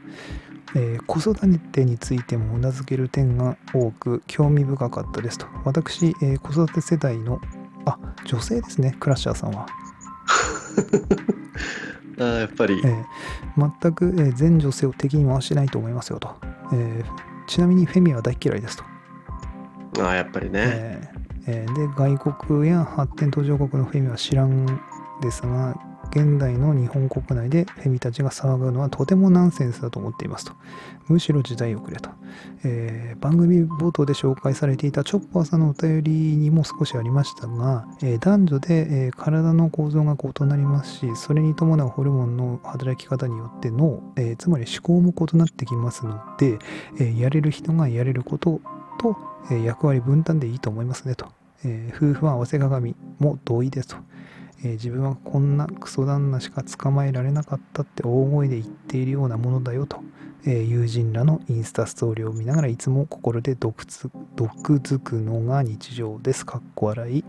えー子育てについてもうなずける点が多く興味深かったですと私、えー子育て世代のあ女性ですねクラッシャーさんは、あーやっぱりえ。ー全く、えー全女性を敵に回してないと思いますよと、えーちなみにフェミは大嫌いですとああ、やっぱりね。えーえーで外国や発展途上国のフェミは知らんですが現代の日本国内でフェミたちが騒ぐのはとてもナンセンスだと思っていますとむしろ時代遅れと、えー番組冒頭で紹介されていたチョッパーさんのお便りにも少しありましたが、えー男女で、えー体の構造が異なりますしそれに伴うホルモンの働き方によって脳、えーつまり思考も異なってきますので、えーやれる人がやれることとえー役割分担でいいと思いますねと、えー夫婦は合わせ鏡も同意ですと、えー自分はこんなクソ旦那しか捕まえられなかったって大声で言っているようなものだよと、えー友人らのインスタストーリーを見ながらいつも心で毒つ毒づくのが日常ですかっこ笑い、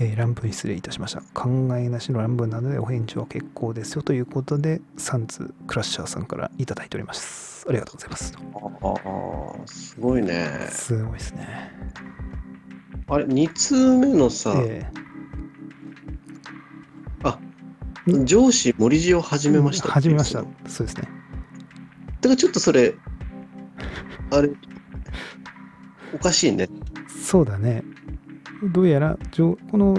えー乱文失礼いたしました考えなしの乱文なのでお返事は結構ですよということで3通クラッシャーさんからいただいておりますありがとうございますああ、すごいね。すごいですねあれ、2通目のさ、えー上司森塩始めました。始めましただか。そうですね。らちょっと それ、あれ、おかしいね。そうだね。どうやら、上この、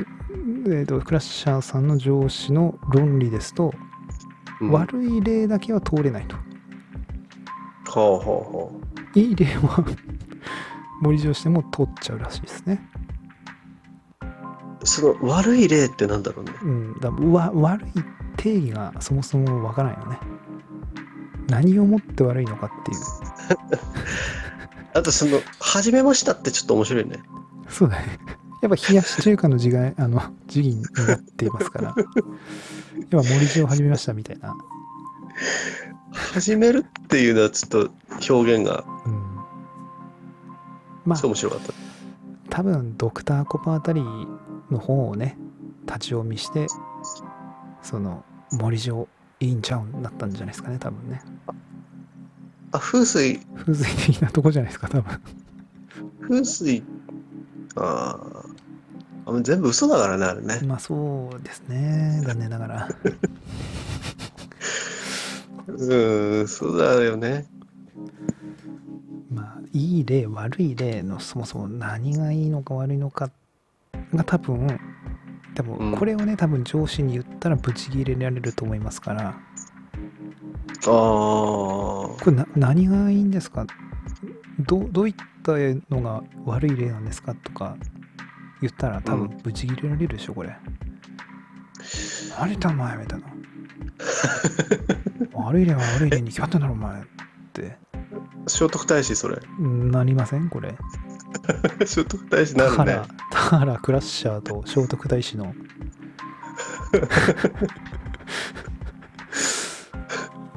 えーとクラッシャーさんの上司の論理ですと、うん、は悪い例だけは通れないと。あはあはいい例は 森上しても通っちゃうらしいですね。あ。その悪い例ってなんだろうね。うん、だわ悪い定義がそもそもわからないよね。何をもって悪いのかっていう。あとその、始めましたってちょっと面白いね。そうだね。 やっぱ冷やし中華の時があの時期になっていますから。やっ ぱ森上始めましたみたいな。始めるっていうのはちょっと表現がうん。まあすごい面白かった。多分ドクターコパあたりの本をね立ち読みしてその森城いいんちゃうんだったんじゃないですかね多分ねあ、風水、風水的なとこじゃないですか多 分風水、あーあ、もう全部嘘だからね、あれね。まあそうですね残念ながらうん、そうだよね。 まあいい例悪い例のそもそも何がいいのか悪いのかが多分多う分んこれをね、多分上司に言ったらブチギレられると思いますからああ。これな何がいいんですかどうどういったのが悪い例なんですかとか言ったら多う分ブチギレられるでしょこれ、何だお前みたい な悪い例は悪い例に決まったんだろお前って聖徳太子、それ。 なりませんこれ聖徳太子田なる原、ね。田原クラッシャーと聖徳太子 の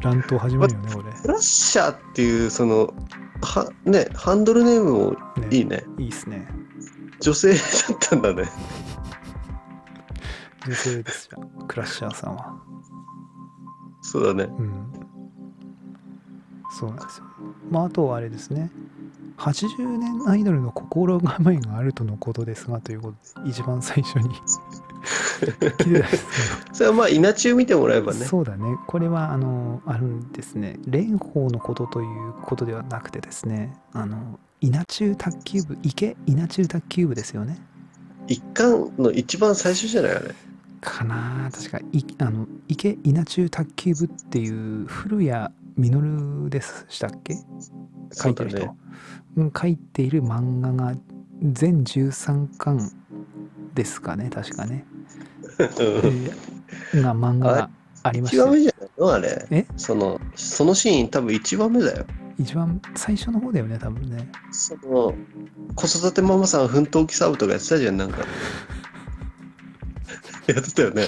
乱闘始まるよね、こフラッシャーっていう、その、は、ね、ハンドルネームもれ。ね、いいね。いいっすね。女性だったんだね。 女性ですじゃん、クラッシャーさんは。そうだね。うん。そうなんですよ。まあ、あとはあれですね。80年アイドルの心構えがあるとのことですがということで、一番最初に聞いてたんですけどそれはまあ、稲中見てもらえばね。そうだねこれはあのあるんですね蓮舫のことということではなくてですねあの稲中卓球部池稲中卓球部ですよね一巻の一番最初じゃないあれ。かなあ確かいあの池稲中卓球部っていう古谷実でしたっけ書そういてだる人う、ね。ん、書いている漫画が全13巻ですかね確かね、でが漫画があ りまし一た番目じゃないのあれ。えその、そのシーン多分一番目だよ。一番最初の方だよね多分ねその、子育てママさん奮闘記サブとかやってたじゃん、なんか。 やってたよね。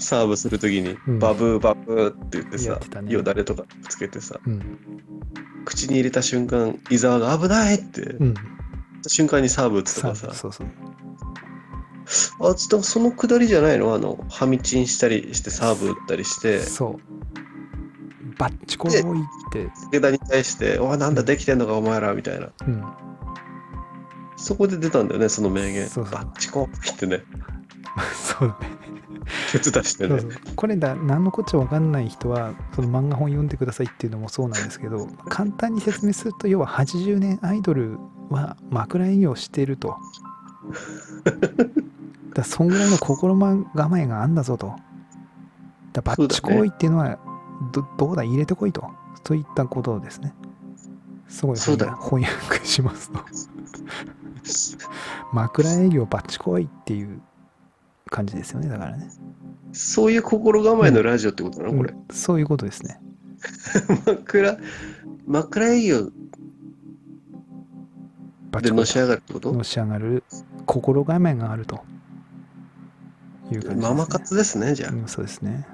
サーブするときに、うんバブーバブーって言ってやっさてた、ねよだれとかつけてさ、うん口に入れた瞬間、伊沢が危ないって、言っうんた瞬間にサーブ打つとかそさう、そうそうあつとそのくだりじゃないのあの、ハミチンしたりしてサーブ打ったりして、そうバッチコロイって、池田に対して、おいなんだできてんのかお前ら、みたいな。うん、 そこで出たんだよね、その名言。そうそうバッチコーってね、そうだねケツ出してそうねそ。うこれだ何のこっちゃ分かんない人はその漫画本読んでくださいっていうのもそうなんですけ ど簡単に説明すると要は80年アイドルは枕営業してる とだそんぐらいの心構えがあんだぞとだバッチコロイっていうのはどどうだ入れてこいとそういったことをですねすごいそうだよ翻訳しますと 枕営業バッチコイっていう感じですよねだからねそういう心構えのラジオってことなの、これ。うんそういうことですね枕、枕営業バッでチコのイし上がるってことのし上がる心構えがあるという感じです、ね、ママ活ですね、じゃあ。うんそうですね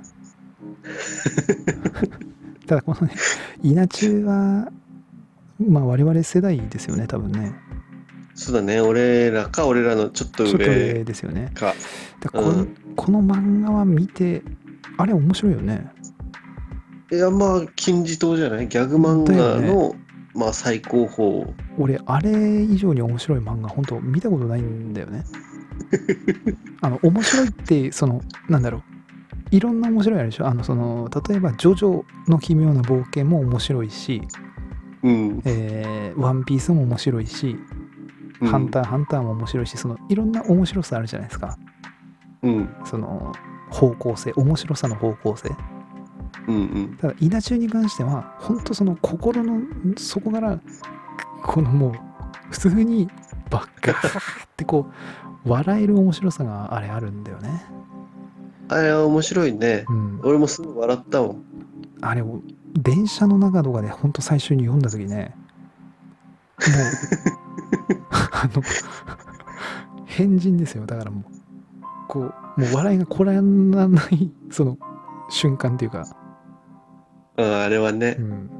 ただこのね稲中はまあ我々世代ですよね多分ねそうだね、俺らか、俺らのちょっとちょっと上上ですよねか。だからこのうこの漫画は見てあれ面白いよねいや、まあ、金字塔じゃないギャグ漫画だよの、まあ、最高峰。俺あれ以上に面白い漫画本当見たことないんだよねあの面白いってそのなんだろういろんな面白いあるでしょあのその例えば「ジョジョの奇妙な冒険」も面白いしうん。「えーワンピースも面白いし「ハンターハンター」も面白いしそのいろんな面白さあるじゃないですかー。うん。その方向性面白さの方向性うんうん。ただ稲中に関しては本当その心の底からこのもう普通にバッカーってこう笑える面白さがあれあるんだよね、あれは面白いね。うん、俺もすぐ笑ったもん。あれを電車の中とかで本当最初に読んだ時ねもうあの変人ですよだからもうこうもう笑いがこらえられないその瞬間っていうか、うん、あれはねう、ん、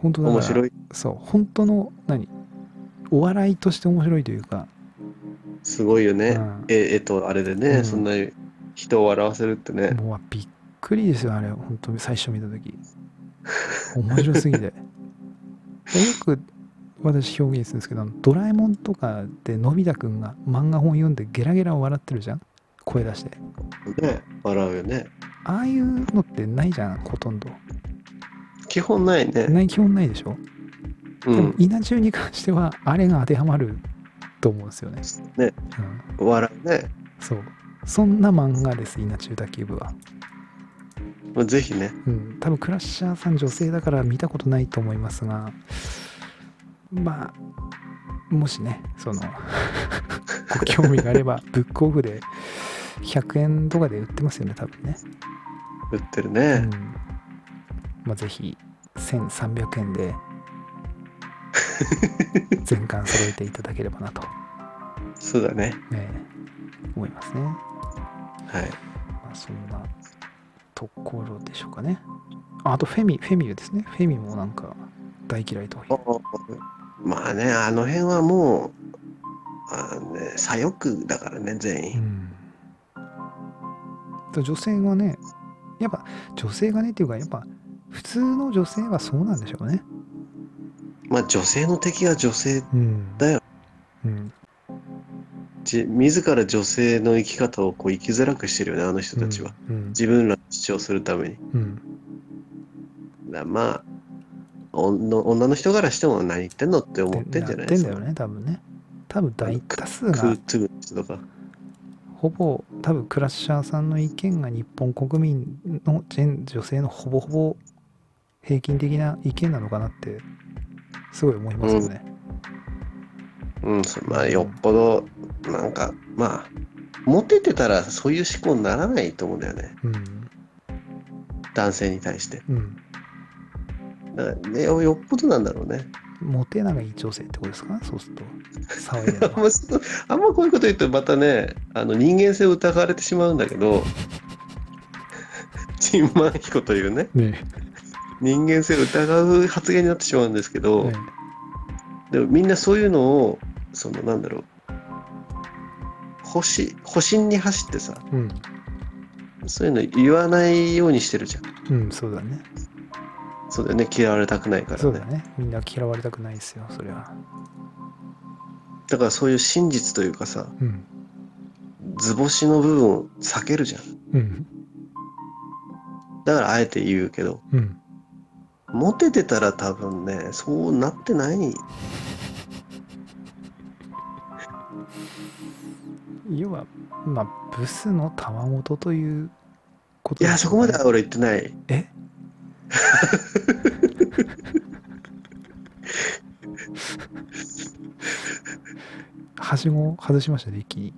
本当だから面白い。そう本当の何お笑いとして面白いというか、すごいよね。うんえ、えっと、あれでね、うんそんなに人を笑わせるってね。もうびっくりですよあれ本当に最初見た時面白すぎて でよく私表現するんですけどあのドラえもんとかでのび太くんが漫画本読んでゲラゲラ笑ってるじゃん声出してね、笑うよね。ああいうのってないじゃんほとんど基本ないね。ない基本ないでしょ、うでもん。稲中に関してはあれが当てはまると思うんですよね、ね、うん、笑うね。そうそんな漫画です稲中卓球部は、まあ、ぜひね。うん、多分クラッシャーさん女性だから見たことないと思いますがまあもしねその ご興味があればブックオフで100円とかで売ってますよね多分ね売ってるうねん。まあ、ぜひ1300円で全巻揃えていただければなと、そうだね。ね、思いますね。はい。まあ、そんなところでしょうかね。ああとフェミ、フェミユですね。フェミもなんか大嫌いとあまあね、あの辺はもう、あのね、左翼だからね、全う員。ん。と女性はね、やっぱ女性がねっていうか、やっぱ普通の女性はそうなんでしょうね。まあ女性の敵は女性、うんだよ。うん。じ自ら女性の生き方をこう生きづらくしてるよね、あの人たちは。うん。自分らの主張するために。うん。だからまあ、おんの女の人からしても何言ってんのって思ってんじゃないですなか。ってんだよね、多分ね。多分大多数食がう、つぐの人とか。ほぼ、多分クラッシャーさんの意見が日本国民のジェン女性のほぼほぼ平均的な意見なのかなって、すごい思いますよね。うん、そまあよっぽど、なんか、まあ、モテてたらそういう思考にならないと思うんだよね。うん。男性に対して。うん。だからね、よよっぽどなんだろうね。モテない女性ってことですかそうすると。騒いであるんのまは。ちょっとあんまこういうこと言うとまたねあの人間性を疑われてしまうんだけど 陳万彦というねね人間性を疑う発言になってしまうんですけえど、ねでもみんなそういうのをそのなんだろう星保身に走ってさえうん。そういうの言わないようにしてるじゃんうん、そうだね。そうだよね嫌われたくないからそうねだね。みんな嫌われたくないですよ、それは。だからそういう真実というかさうん。図星の部分を避けるじゃうんん。だからあえて言うけどうん。モテてたら多分ねそうなってない要は、まあ、ブスの戯事ということいや、すそよこねまでは俺言ってない。 えはしごを外しましたね、一気に。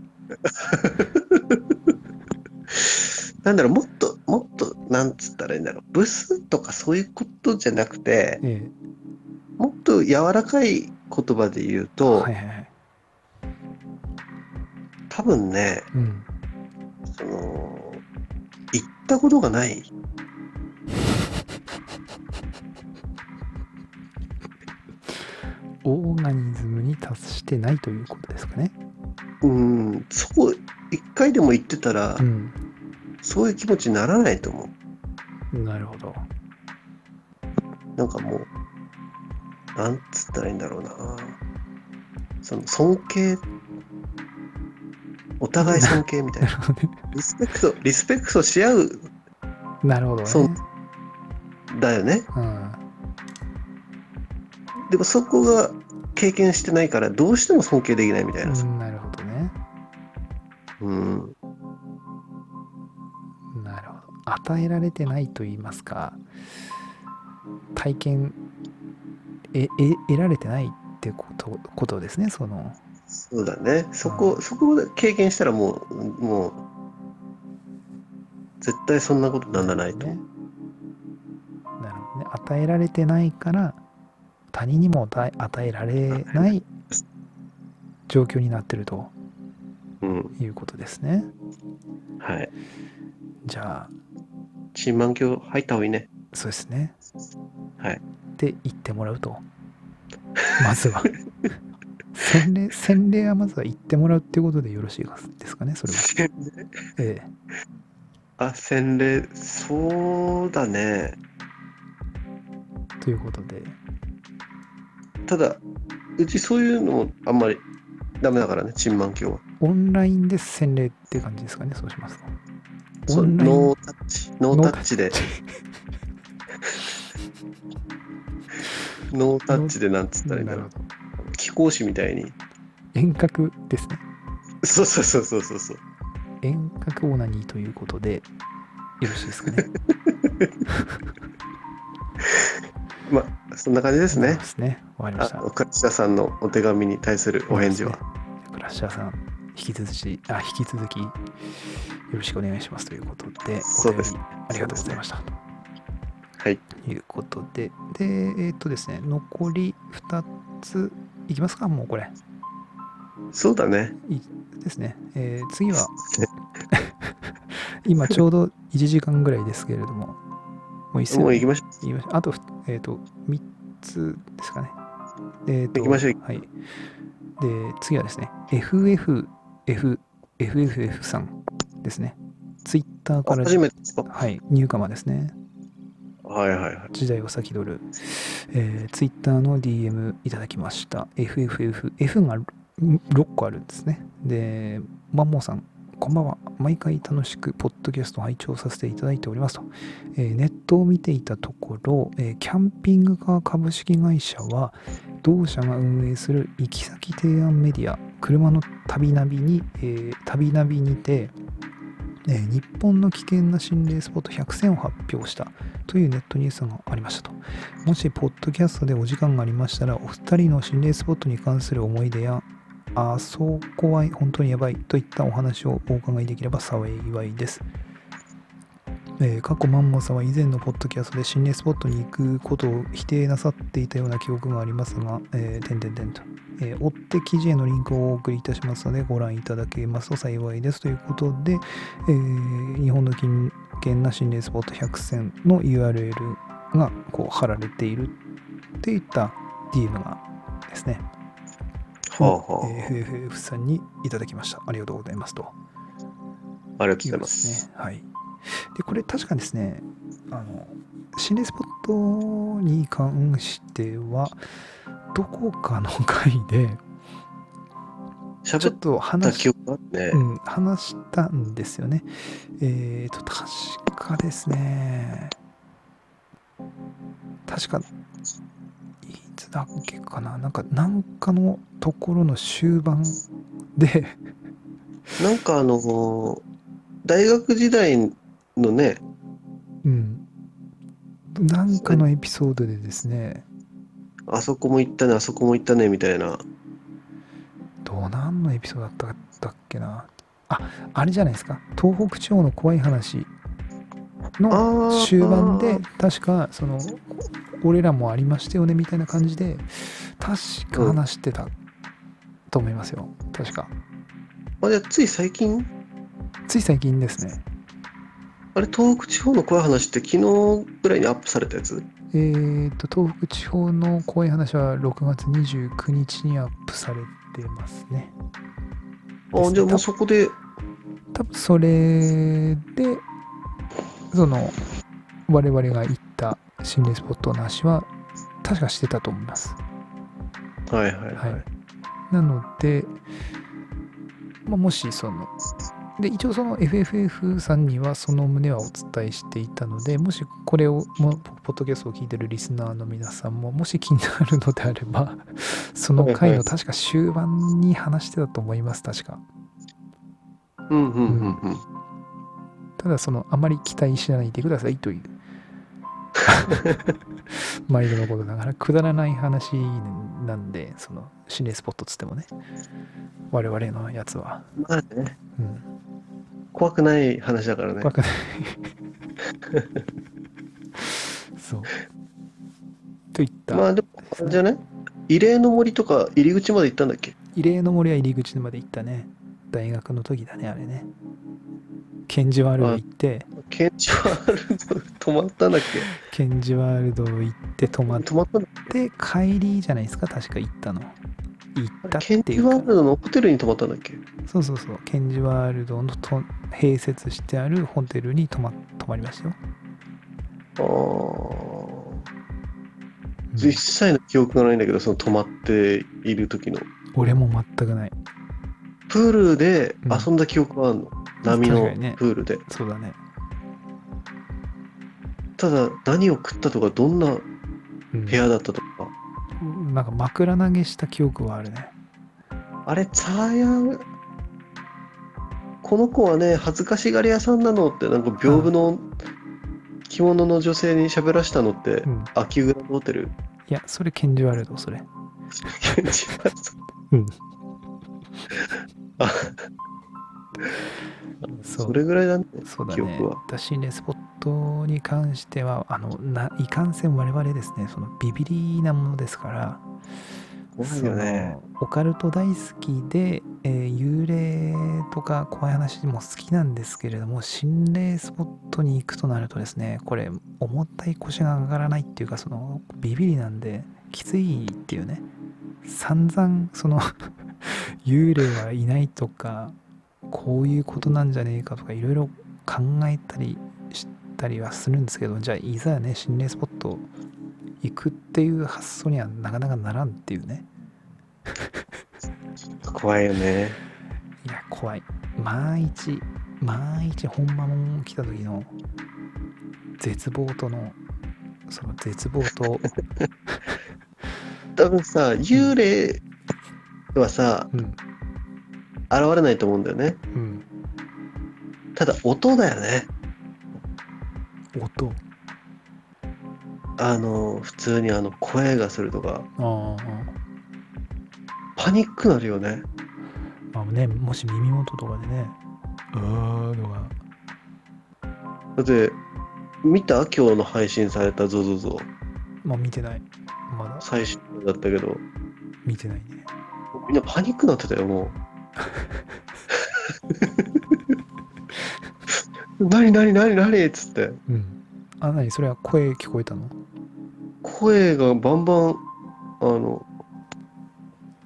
なんだろう、もっと、もっと、なんつったらいいんだろう。ブスとかそういうことじゃなくて、えもっと柔らかい言葉で言うえ。と、はいはいはい。多分ね、うん。その、言ったことがない。オーガニズムに達してないということですかね。うん、そこ、一回でも言ってたら、うん。そういう気持ちにならないと思う。なるほど。なんかもう、なんつったらいいんだろうな。その、尊敬、お互い尊敬みたいなな。るほどね。リスペクト、リスペクトし合うなるほどね。そうだよね。うん。でもそこが経験してないからどうしても尊敬できないみたいなさ。なるほどね。うん。なるほど。与えられてないと言いますか、体験、え、え、得られてないってことことですね、その。そうだね。そうんこ、そこを経験したらもう、もう、絶対そんなことならないと。ね。なるほどね。与えられてないから、他人にも与え与えられない状況になってるとうん。いうことですね。はい。じゃあ、チーム満響入った方がいい ね。そうですね。はい。って言ってもらうと。まずは。洗 礼、洗礼はまずは言ってもらうっていうことでよろしいですかね、それは。ええ。あ、洗礼。そうだね。ということで、ただ、うちそういうのあんまりダメだからね、チーム満響は。オンラインで洗礼っていう感じですかね、そうしますと。そうオンラインノータッチノータッチでノータッチでなんつったらいいんなだるろほうど貴公子みたいに遠隔ですねそうそうそうそうそうそう遠隔オナニーということでよろしいですかねまあそんな感じです ねそうですねわかりまあしたの倉下さんのお手紙に対するお返事は、クラッシャーさん、引き続き、あ、引き続き、よろしくお願いしますということで、そうですお便りありがとうございました。はい。ということで、で、えーっとですね、残り2ついきますか、もうこれ。そうだねですね。えー次は、今ちょうど1時間ぐらいですけれども、もう一斉にもう行きましょ言いましたあとふ、えー、と3つですかね。えーと行きましょうはい。で、次はですね、FFF、FFF さんですね。ツイッターうから、初めてですかはい、ニューカマーですね。はいはいはい時代を先取る、えー、ツイッターの DM いただきました。FFF、F が6個あるんですね。で、マンモーさん、こんばんは。毎回楽しくポッドキャストを拝聴させていただいておりますと。えーネットを見ていたところ、えーキャンピングカー株式会社は、同社が運営する行き先提案メディア、車の旅ナビに、えー旅ナビにて、えー日本の危険な心霊スポット100選を発表したというネットニュースがありましたと。もし、ポッドキャストでお時間がありましたら、お二人の心霊スポットに関する思い出や、あそこは本当にやばいといったお話をお伺いできれば幸いです。えー過去マンモさんは以前のポッドキャストで心霊スポットに行くことを否定なさっていたような記憶がありますが、えー、点々点と、えー追って記事へのリンクをお送りいたしますのでご覧いただけますと幸いですということで、えー日本の近県な心霊スポット100選の URL がこう貼られているっていった DM がですね、はあはあ、えー FFF さんにいただきました。ありがとうございますと。ありがとうございますね。はい。で、これ確かですね、あの、心霊スポットに関しては、どこかの回で、ちょ喋っっとた話し記憶があってね、うん、話したんですよね。えっ、と、確かですね。確か、いつだっけかな。なんか、なんかのところの終盤で、なんかあのー大学時代のねうん。なんかのエピソードでですね、あそこも行ったねあそこも行ったねみたいなどうなんのエピソードだったっけな。あ、あれじゃないですか。東北地方の怖い話のあー終盤で、確か、その、俺らもありましたよねみたいな感じで、確か話してたと思いますよ。確か。あれつい最近つい最近ですね。あれ東北地方の怖い話って昨日ぐらいにアップされたやつえーっと、東北地方の怖い話は6月29日にアップされてますね。ですあねじゃあもうそこで多分それでその我々が行った心霊スポットの話は確かしてたと思いますはいはいはい、はいなので、まあ、もしそので一応その FFF さんにはその旨はお伝えしていたのでもしこれをもうポッドキャストを聞いてるリスナーの皆さんももし気になるのであれば その回の確か終盤に話してたと思います確かうんうんうんうんただそのあまり期待しないでくださいという毎度のことだからくだらない話なんでその心霊スポットっつってもね我々のやつは、まあねうん、怖くない話だからね怖 くないそうといった、まあでもあれじゃない慰霊の森とか入り口まで行ったんだっけ異例の森は入り口まで行ったね大学の時だねあれねケンジワールド行ってケンチワールド止まったんだっけケンジワールド行って泊まっ止まったんだで帰りじゃないですか確か行ったの行ったっケンていチワうールかドのホテルに泊まったんだっけそうそうそうケンジワールドのと併設してあるホテルに泊ま泊まりましたよ、ああうん一切の記憶がないんだけどその泊まっている時の俺も全くないプールで遊んだ記憶はあるの、波確のかにねプールで。そうだね。ただ、何を食ったとか、どんなうん部屋だったとか、なんか枕投げした記憶はあるね。あれ、茶屋、この子はね、恥ずかしがり屋さんなのって、なんか屏風の着物の女性に喋らしたのってう、ん。秋グランドホテル。いや、それ、ケンジワール ド、それ。うんあそうそれぐらいだね。そうだ記ね憶は。だ心霊スポットに関しては、あの、ないかんせん我々ですね、そのビビりなものですから、怖いそよね。のオカルト大好きで、えー幽霊とか怖い話も好きなんですけれども心霊スポットに行くとなるとですねこれ重たい腰が上がらないっていうかそのビビりなんできついっていうね散々その 幽霊はいないとかこういうことなんじゃねえかとかいろいろ考えたりしたりはするんですけどじゃあいざね心霊スポット行くっていう発想にはなかなかならんっていうね怖いよね。いや、怖い。万一、万一、本間も来た時の、絶望との、その絶望 と、多分さ、幽霊はさ、うん、現れないと思うんだよね。うん、ただ、音だよね。音。あの、普通にあの、声がするとか、ああ、パニックなるよね。まあね、もし耳元とかでね、うーとか、だって、見た今日の配信された ZOZOZO、まあ見てない。まだ最新話だったけど、見てないね。みんなパニックになってたよ、もう。 何何何何っつってうん。あ、なに、それは声聞こえたの声がバンバンあの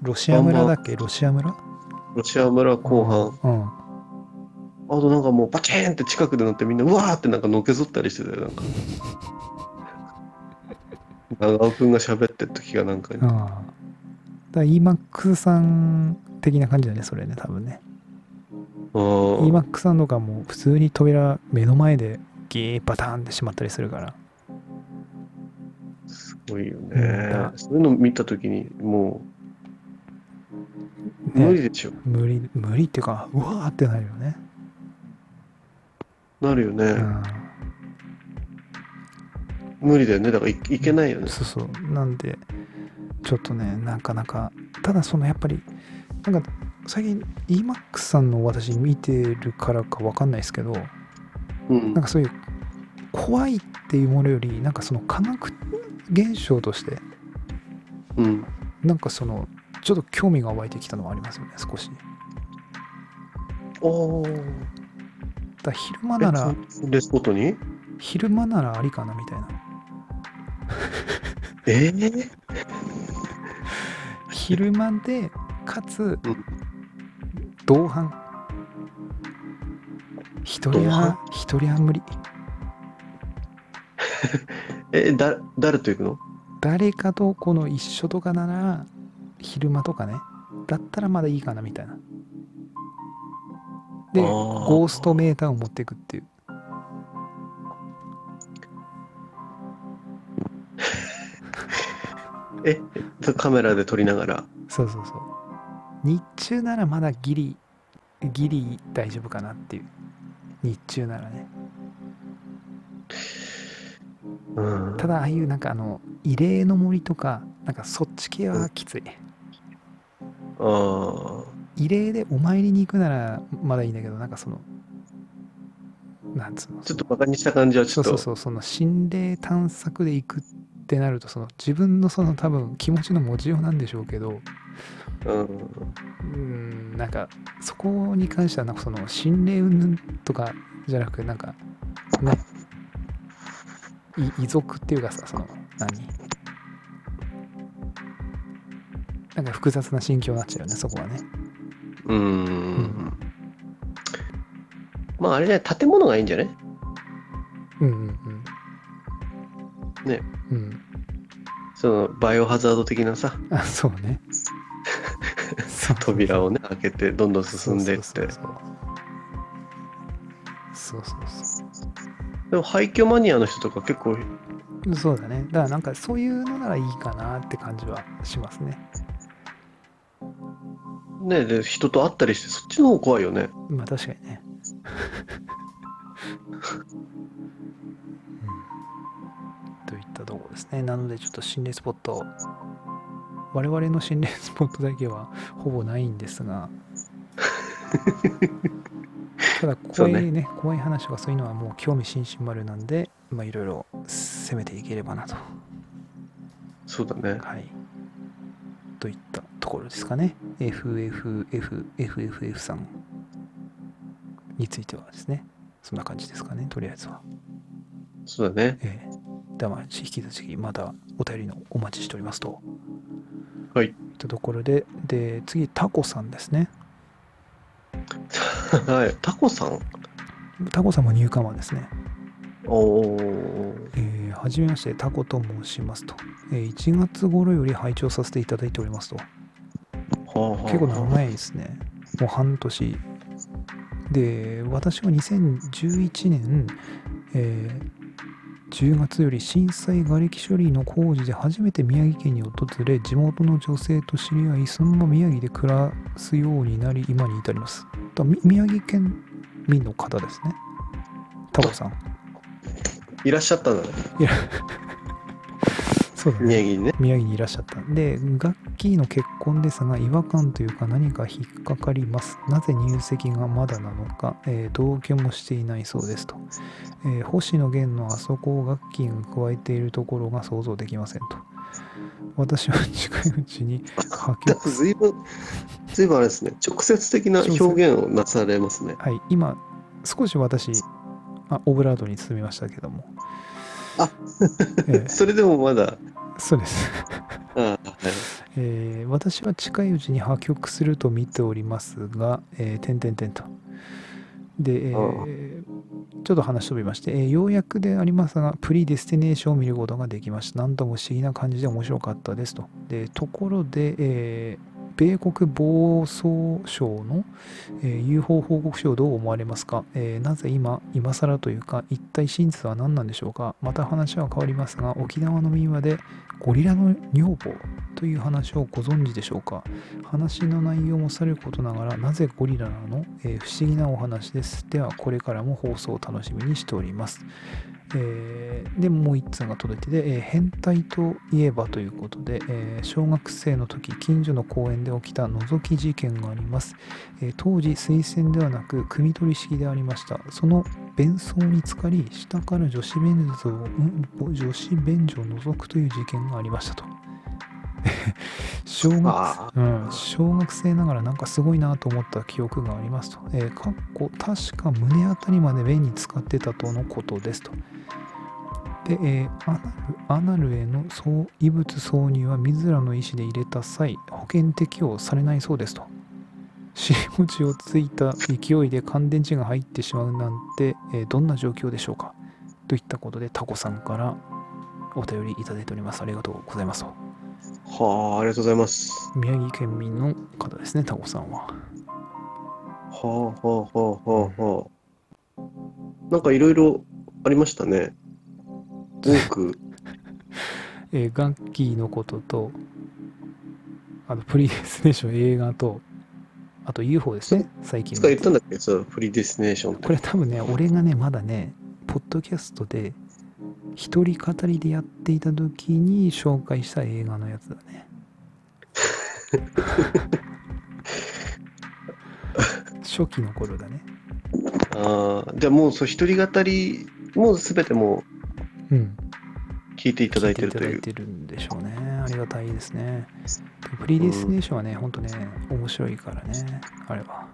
ロシア村だっけロシア村ロシア村後半うん。あとなんかもうパチーンって近くでなってみんなうわーってなんかのけぞったりしてたよなんか長尾くんが喋ってる時がなんかにああ。だから EMAX さん的な感じだね、それね、多分ね。あー EMAX さんとかも普通に扉目の前でギーバターンってしまったりするからすごいようねそういうの見た時にもう無理でしょ、無理無理っていうかうわーってなるよね、なるよね、うん、無理だよねだからいいけないよねそうそうなんでちょっとねなかなかただそのやっぱりなんか最近 EMAX さんの私見てるからかわかんないですけどうんなんかそういう怖いっていうものよりなんかその科学現象としてうんなんかそのちょっと興味が湧いてきたのはありますよね少しおーだから昼間えならそレスポットに昼間ならありかなみたいなえー、昼間でかつうん同伴一人同は伴一人は無理えだ誰と行くの誰かとこの一緒とかなら昼間とかねだったらまだいいかなみたいなであーゴーストメーターを持っていくっていうえそうカメラで撮りながらそうそうそう日中ならまだギリギリ大丈夫かなっていう日中ならねうんただああいうなんかあの異例の森とかなんかそっち系はきついあー異例でお参りに行くならまだいいんだけどなんかそのなんつうのちょっとバカにした感じはちそょうっとそうそうその心霊探索で行くってなるとその自分のその多分気持ちの持ちようなんでしょうけどうんうーんなんかそこに関してはなんかその心霊云々とかじゃなくてなんかねい遺族っていうかさその何なんか複雑な心境になっちゃうよねそこはねうん、うん、まああれじゃない建物がいいんじゃねうんうんうんねうんそのバイオハザード的なさあそう ねそうそうそう扉をね開けてどんどん進んでいってそうそうそうそうそうそうそでも廃墟マニアの人とか結構うそうだねだからなんかそういうのならいいかなって感じはしますねねで人と会ったりしてそっちの方怖いよねまあ確かにね。うん、といったところですね。なのでちょっと心霊スポット、我々の心霊スポットだけはほぼないんですが、ただそう怖いねね怖い話とかそういうのはもう興味津々丸なんで、まあいろいろ攻めていければなと。そうだねはい。といったところですかね。FFFFFF さんについてはですね。そんな感じですかね、とりあえずは。そうだね ええではまあ、引き続きまたお便りのお待ちしておりますと。はといいったところで、で、次、タコさんですね。はいタコさんタコさんもニューカマーですね。おーえーはじめまして、タコと申しますと。えー1月頃より拝聴させていただいておりますと。はあはあ結構長いですね。もう半年。で、私は2011年、えー10月より震災瓦礫処理の工事で初めて宮城県に訪れ、地元の女性と知り合い、そのまま宮城で暮らすようになり、今に至ります。だみ宮城県民の方ですね。タコさん。いらっしゃったんだね そうだね。宮城にね宮城にいらっしゃったんでガッキーの結婚ですが違和感というか何か引っかかりますなぜ入籍がまだなのか、えー同居もしていないそうですと、えー星野源のあそこをガッキーが加えているところが想像できませんと私は近いうちに破なんか局 随分随分あれですね直接的な表現をなされますねはい今少し私あオブラートに包みましたけどもあえー それでもまだそうですああえー私は近いうちに破局すると見ておりますが、えー、点々点と。で、えーあちょっと話飛びまして、えーようやくでありますが、プリデスティネーションを見ることができました。何とも不思議な感じで面白かったですと。で、ところで、えー米国防総省の、えー UFO 報告書をどう思われますか、えーなぜ今、今更というか、一体真実は何なんでしょうかまた話は変わりますが、沖縄の民話でゴリラの女房という話をご存知でしょうか話の内容もさることながらなぜゴリラなの、えー不思議なお話ですではこれからも放送を楽しみにしております、えーでもう一通が届いてて、えー変態といえばということで、えー小学生の時近所の公園で起きた覗き事件があります、えー当時推薦ではなく組取り式でありましたその便装に浸かり下から女子便所を、うん女子便所を覗くという事件がありましたと 小学あうん、小学生ながらなんかすごいなと思った記憶がありますと、えーかっこ確か胸あたりまで便に使ってたとのことですとで、えーアナルアナルへのそう異物挿入は自らの意思で入れた際保険適用されないそうですと 尻餅をついた勢いで乾電池が入ってしまうなんて、えーどんな状況でしょうかといったことでタコさんからお便りいただいておりますありがとうございますとはあありがとうございます宮城県民の方ですねタコさんははあはあはあはあはあなんかいろいろありましたね多く えーガッキーのことと、あと、プリデスネーション映画と、あと UFO ですね、最い近つか言っの。たんだっけそうプリデスティネーションってこれ多分ね、俺がね、まだね、ポッドキャストで、一人語りでやっていた時に紹介した映画のやつだ ね。初期の頃だね。ああじゃあもうそう一人語りもう全てもうん。う聞いていいただいてるとただいいうてるんでしょうね。ありがたいですね。でプリデスネーションはね、ほんとね、面白いからね、あれは。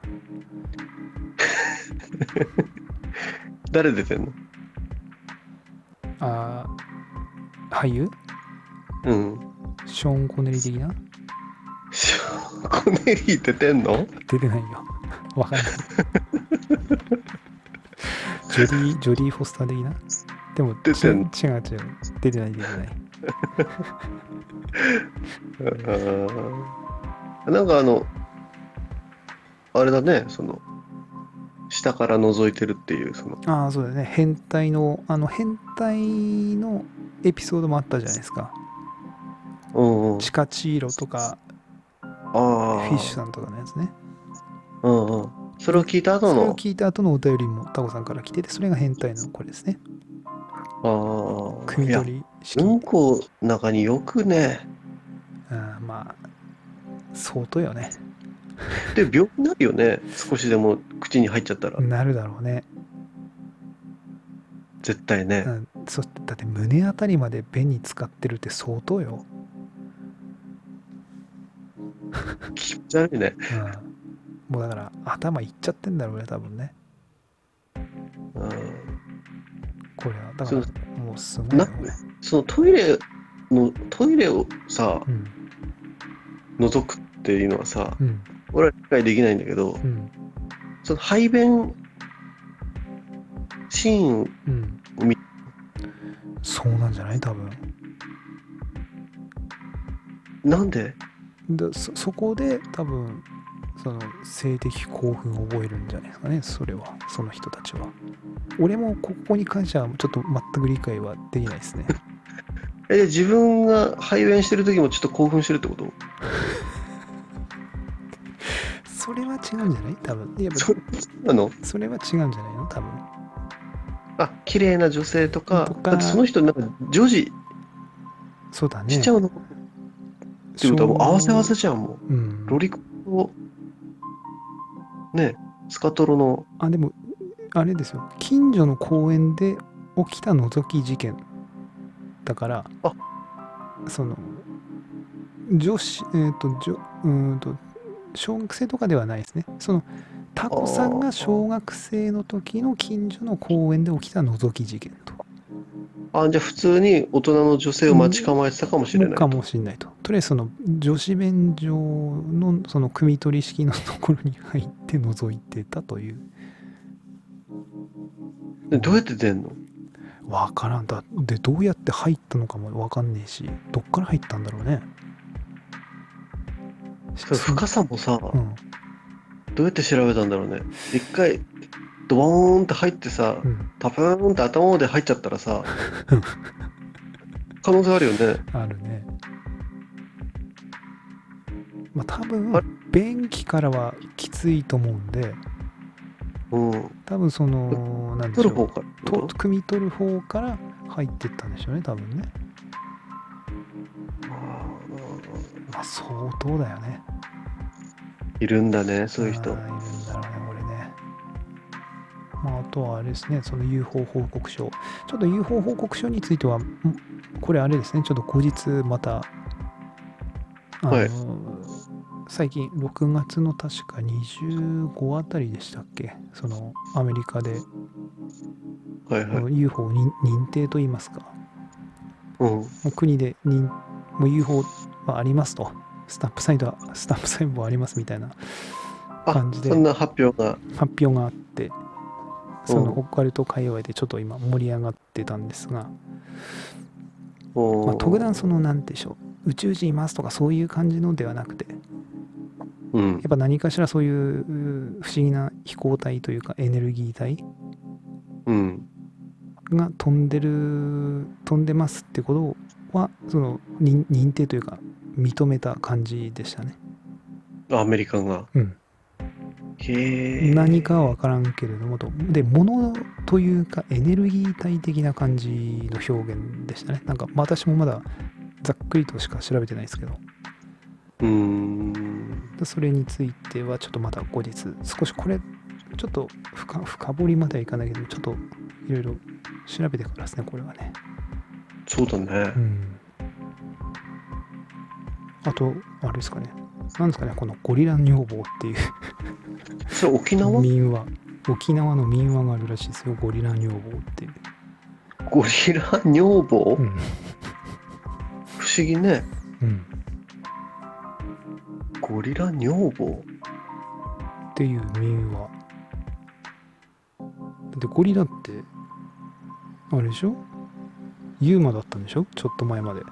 誰出てんのあー俳優うん ショーン・コネリー的なショーンコネリー出てんの出てないよ。 わかんない。ジョディ・ジョディ・フォスター的なでも、出てんち違う違う。出てない、出てない。 ああなんかあのあれだねその下から覗いてるっていう、その、ああそうだね変態のあの変態のエピソードもあったじゃないですかうんうん。チカチーロとかフああ。ィッシュさんとかのやつねうんうん。それを聞いたそ後れをの、聞いた後のお便りもタコさんから来ててそれが変態のこれですねああ。組みいや取り式うんこの中によくね、あーまあ相当よねで、病気になるよね。少しでも口に入っちゃったら。なるだろうね、絶対ねう。ん、そしてだって胸あたりまで便に使ってるって相当よ、気持ち悪いね。うん、もうだから頭いっちゃってんだろうね多分ねうん。これはだかそうらもうすごいよな、そのトイレの、トイレをさ、うん覗くっていうのはさ、うん俺は理解できないんだけど、うんその排便シーン、うんみそうなんじゃない多分なんででそそこで多分その性的興奮を覚えるんじゃないですかねそれはその人たちは俺もここに関してはちょっと全く理解はできない ですねえ、自分が排便してる時もちょっと興奮してるってことそれは違うんじゃない多分いやそあのそれは違うんじゃないの多分あ綺麗な女性とかとかだってその人なんか女児そうだねしちゃうのってことはもう合わせ合わせじゃんもうんうロリコンをねスカトロのあでもあれですよ近所の公園で起きた覗き事件だからあその女子えっ、とじょうーんと小学生とかではないですねそのタコさんが小学生の時の近所の公園で起きた覗き事件とあじゃあ普通に大人の女性を待ち構えてたかもしれないかもしれないととりあえずその女子便所のその汲み取り式のところに入って覗いてたというでどうやって出んのわからんだでどうやって入ったのかもわかんねえしどっから入ったんだろうねそれ深さもさうんどうやって調べたんだろうね一回ドボーンって入ってさうんタパーンって頭まで入っちゃったらさうん可能性あるよねあるねまあ多あ分便器からはきついと思うんでうん多分その何で取しる方ょからうと汲み取る方から入ってったんでしょうね多分ねあーまあ相当だよねいるんだねそういうあ人ーいるんだろうね、これね。まあ、あとはあれですね、その UFO 報告書。ちょっと UFO 報告書については、んこれあれですね、ちょっと後日また、あのはい最近、6月の確か25あたりでしたっけ、そのアメリカで、はいはいこの UFO に認定といいますか、うんもう国で認もう UFO はありますと、スタンプサイトは、スタンプサイトはありますみたいなあ感じでそんな発表が発表があってそのオカルト界隈でちょっと今盛り上がってたんですが、ままあ、特段その何でしょう宇宙人いますとかそういう感じのではなくてやうんっぱ何かしらそういうう不思議な飛行体というかエネルギー体うんが飛んでる飛んでますってことはその認認定というか認めた感じでしたね。アメリカがうん、へえ何かは分からんけれどもとで物というかエネルギー体的な感じの表現でしたねなんか私もまだざっくりとしか調べてないですけどうーんでそれについてはちょっとまた後日少しこれちょっと深深掘りまではいかないけどちょっといろいろ調べてからですねこれはねそうだねうんあとあれですかねなんですかねこのゴリラ女房っていうそれ沖縄民話沖縄の民話があるらしいですよゴリラ女房っていうゴリラ女房うん不思議ねうんゴリラ女房っていう民話だってゴリラってあれでしょユーマだったんでしょちょっと前まで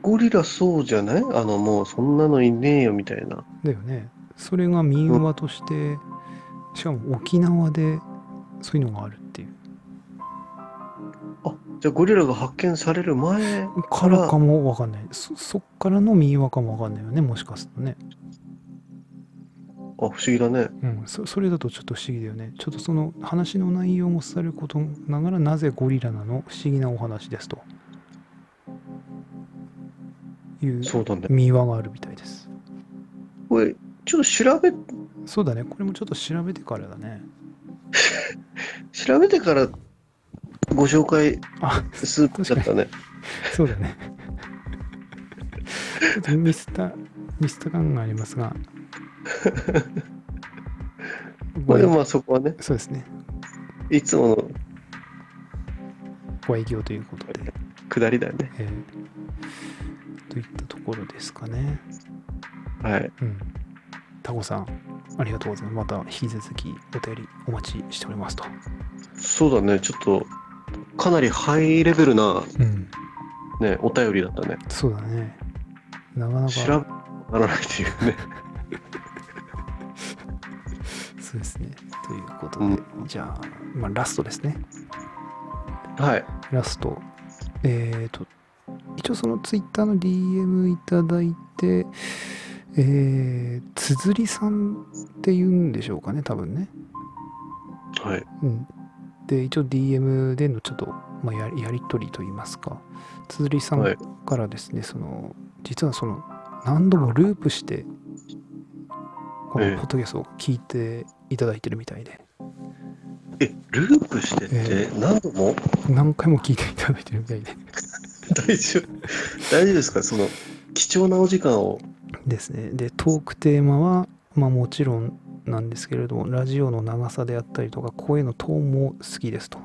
ゴリラそうじゃないあのもうそんなのいねえよみたいなだよねそれが民話としてしかも沖縄でそういうのがあるっていうあじゃあゴリラが発見される前かかららかもわかんないそそっからの民話かもわかんないよねもしかするとねあ不思議だねうん、そそれだとちょっと不思議だよね。ちょっとその話の内容も伝わることながらなぜゴリラなの不思議なお話ですというそうだね見話があるみたいです。これちょっと調べそうだね、これもちょっと調べてからだね。調べてからご紹介あするんだったねそうだ ね。ちょっとミスった、ミスった感がありますが。まごあ愛 でもまあそこはねそうですね、いつものご愛嬌ということで。くだりだよねえーといったところですかね。はいうん。タコさん、ありがとうございます。また引き続きお便りお待ちしておりますと。そうだねちょっとかなりハイレベルなうん。ねお便りだったねそうだね。なかな調か、べならないというねそうですね。ということで、じゃあ、まあ、ラストですね。はいラスト。えっ、と、一応そのツイッターの DM いただいて、えー、つづりさんって言うんでしょうかね、多分ね。はいうん、で一応 DM でのちょっと、まあ、ややり取りといいますかつづりさはんいからですね、その実はその何度もループしてこえのえポッドキャストを聞いていただいてるみたいで、えループしてってえ何度も何回も聞いていただいてるみたいで大丈夫大丈夫ですかその貴重なお時間をですねでトークテーマは、まあ、もちろんなんですけれどもラジオの長さであったりとか声のトーンも好きですと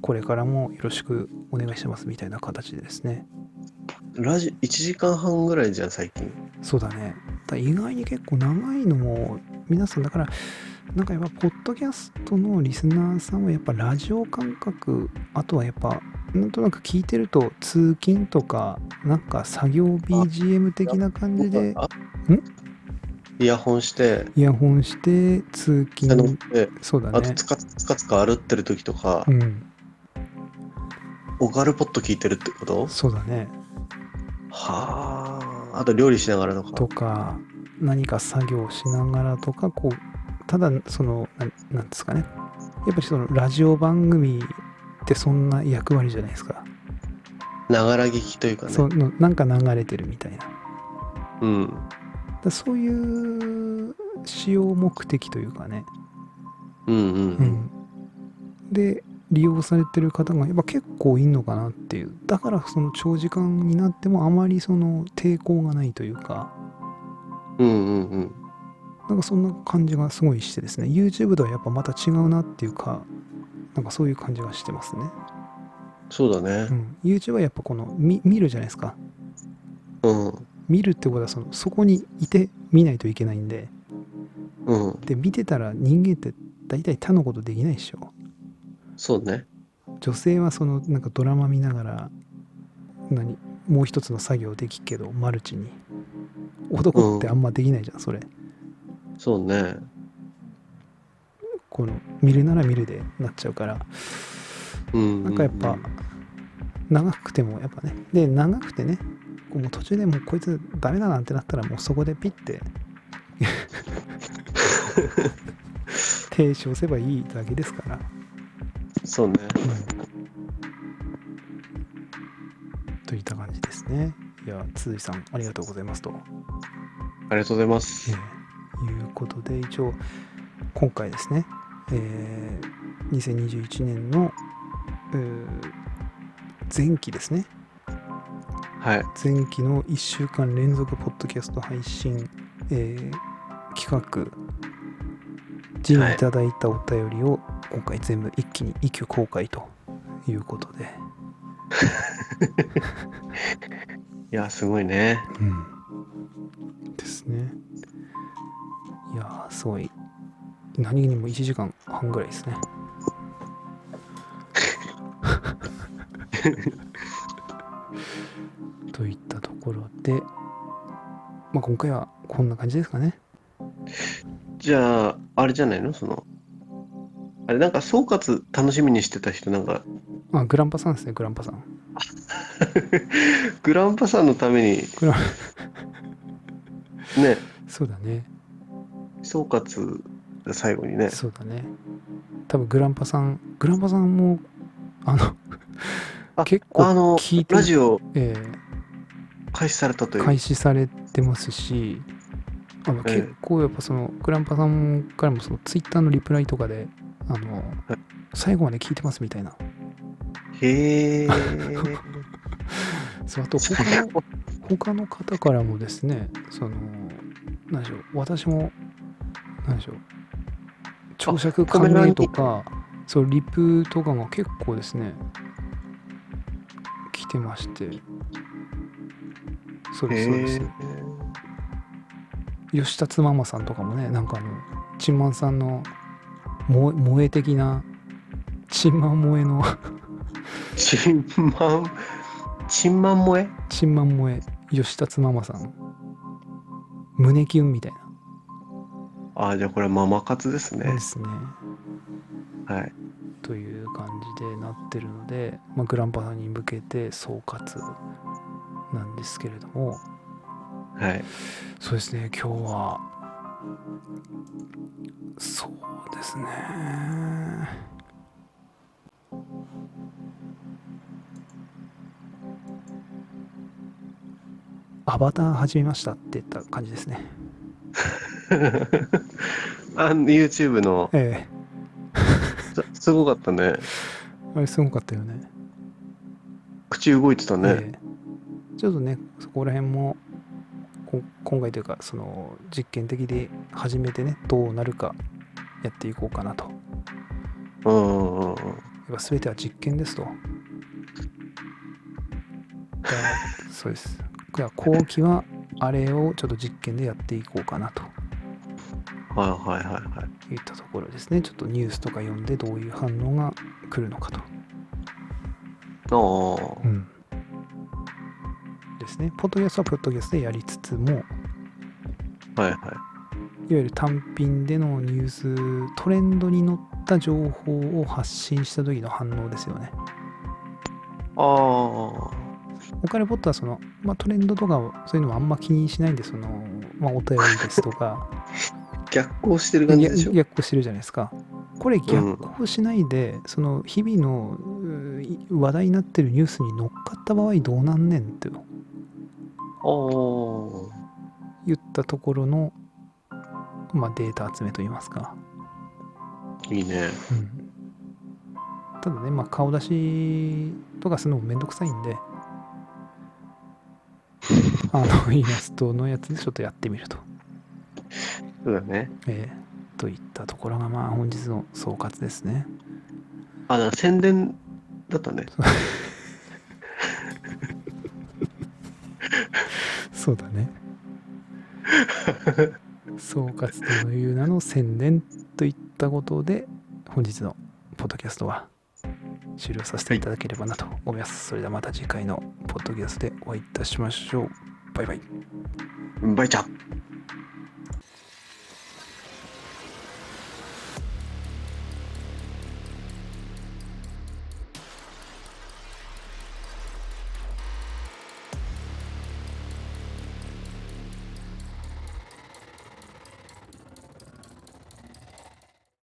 これからもよろしくお願いしますみたいな形でですねラジ1時間半ぐらいじゃん最近そうだね。だ意外に結構長いのも、皆さん、だから、なんかやっぱ、ポッドキャストのリスナーさんは、やっぱ、ラジオ感覚、あとはやっぱ、なんとなく聞いてると、通勤とか、なんか作業 BGM 的な感じで、あイヤホンしてイヤホンして、通下乗っ勤、てそうだあとね。つかつかつか歩ってる時とかう、ん、オガルポット聞いてるってことそうだね。はああと料理しながらとかとか何か作業しながらとかこうただそのななんですかねやっぱりそのラジオ番組ってそんな役割じゃないですか、ながら聞きというかねそのなんか流れてるみたいなうんだそういう使用目的というかね、うんううんん、で利用されてる方がやっぱ結構いんのかなっていうだからその長時間になってもあまりその抵抗がないというかうんうんうんうんなんかそんな感じがすごいしてですね、YouTube とはやっぱまた違うなっていうか、なんかそういう感じがしてますね。そうだねうん、YouTube はやっぱこの見見るじゃないですか。うん見るってことはそのそこにいて見ないといけないんで、うんで、見てたら人間って大体他のことできないでしょ。そうね女性はそのなんかドラマ見ながら、何、もう一つの作業できっけど、マルチに。男ってあんまできないじゃん、それ。そうねこの見るなら見るでなっちゃうから。うんなんかやっぱ長くてもやっぱねで長くてねこうもう途中でもうこいつダメだなんてなったらもうそこでピッ て停止押せばいいだけですから、そうねといった感じですねいや鈴井さんありがとうございますと、ありがとうございまえすーいうことで一応今回ですね、えー2021年の、えー前期ですねはい前期の1週間連続ポッドキャスト配信、えー企画時にいただいたお便りを今回全部一気に一挙公開ということで、いやすごいねですねいやーすごい何気にも1時間半ぐらいですねといったところで、まあ、今回はこんな感じですかねじゃああれじゃないのそのあれ、なんか総括楽しみにしてた人、なんか、 あグランパさんですねグランパさんグランパさんのためにグラン、ね、そうだね総括が最後にね。そうだね多分グランパさんグランパさんもあのあ結構あの聞い、てラジオえー開始されたという。開始されてますしあのええ結構やっぱそのグランパさんからもそのツイッターのリプライとかであの最後まで聞いてますみたいなへえ。そうあと他の 他の方からもですねその何でしょう私も何でしょう朝食カメラ関にとかそうリプとかが結構ですね来てまして そうですそうでへすえ。吉達ママさんとかもねなんかあのチンマンさんの萌え萌え的なチンマン萌えの ちんまん、ちんまん萌えチンマン萌え吉達ママさん胸キュンみたいなああ、じゃあこれママ活ですね。ですねはい。という感じでなってるので、まあ、グランパさんに向けて総括なんですけれどもはい。 そうですね今日はそうですねアバター始めましたって言った感じですねあの YouTube のえすすごかったねえあれすごかったよね口動いてたね、ええちょっとねそこら辺もこ今回というかその実験的で始めてねどうなるかやっていこうかなとやうんうんうんうんっぱ全ては実験ですとだからそうですじゃあ後期はあれをちょっと実験でやっていこうかなとはいはいはいはいいったところですねちょっとニュースとか読んでどういう反応が来るのかと、ああうん、ですねポッドキャストはポッドキャストでやりつつもはいはいいわゆる単品でのニューストレンドに乗った情報を発信した時の反応ですよね。ああオカルポットはその、まあ、トレンドとかをそういうのはあんま気にしないんでその、まあ、お便りですと か逆行してる感いじやでしょ逆行してるじゃないですか。これ逆行しないで、その日々のうー話題になってるニュースに乗っかった場合どうなんねんとあ言ったところの、まあ、データ集めといいますか。あいいねうんただね、まあ、顔出しとかするのもめんどくさいんで、あの、イラストのやつでちょっとやってみると。そうだねえーといったところが、まあ、本日の総括ですね。あだから宣伝だったねそうだね。総括という名の宣伝といったことで、本日のポッドキャストは終了させていただければなと思います。それではまた次回のポッドキャストでお会いいたしましょう。バイバイ。バイチャ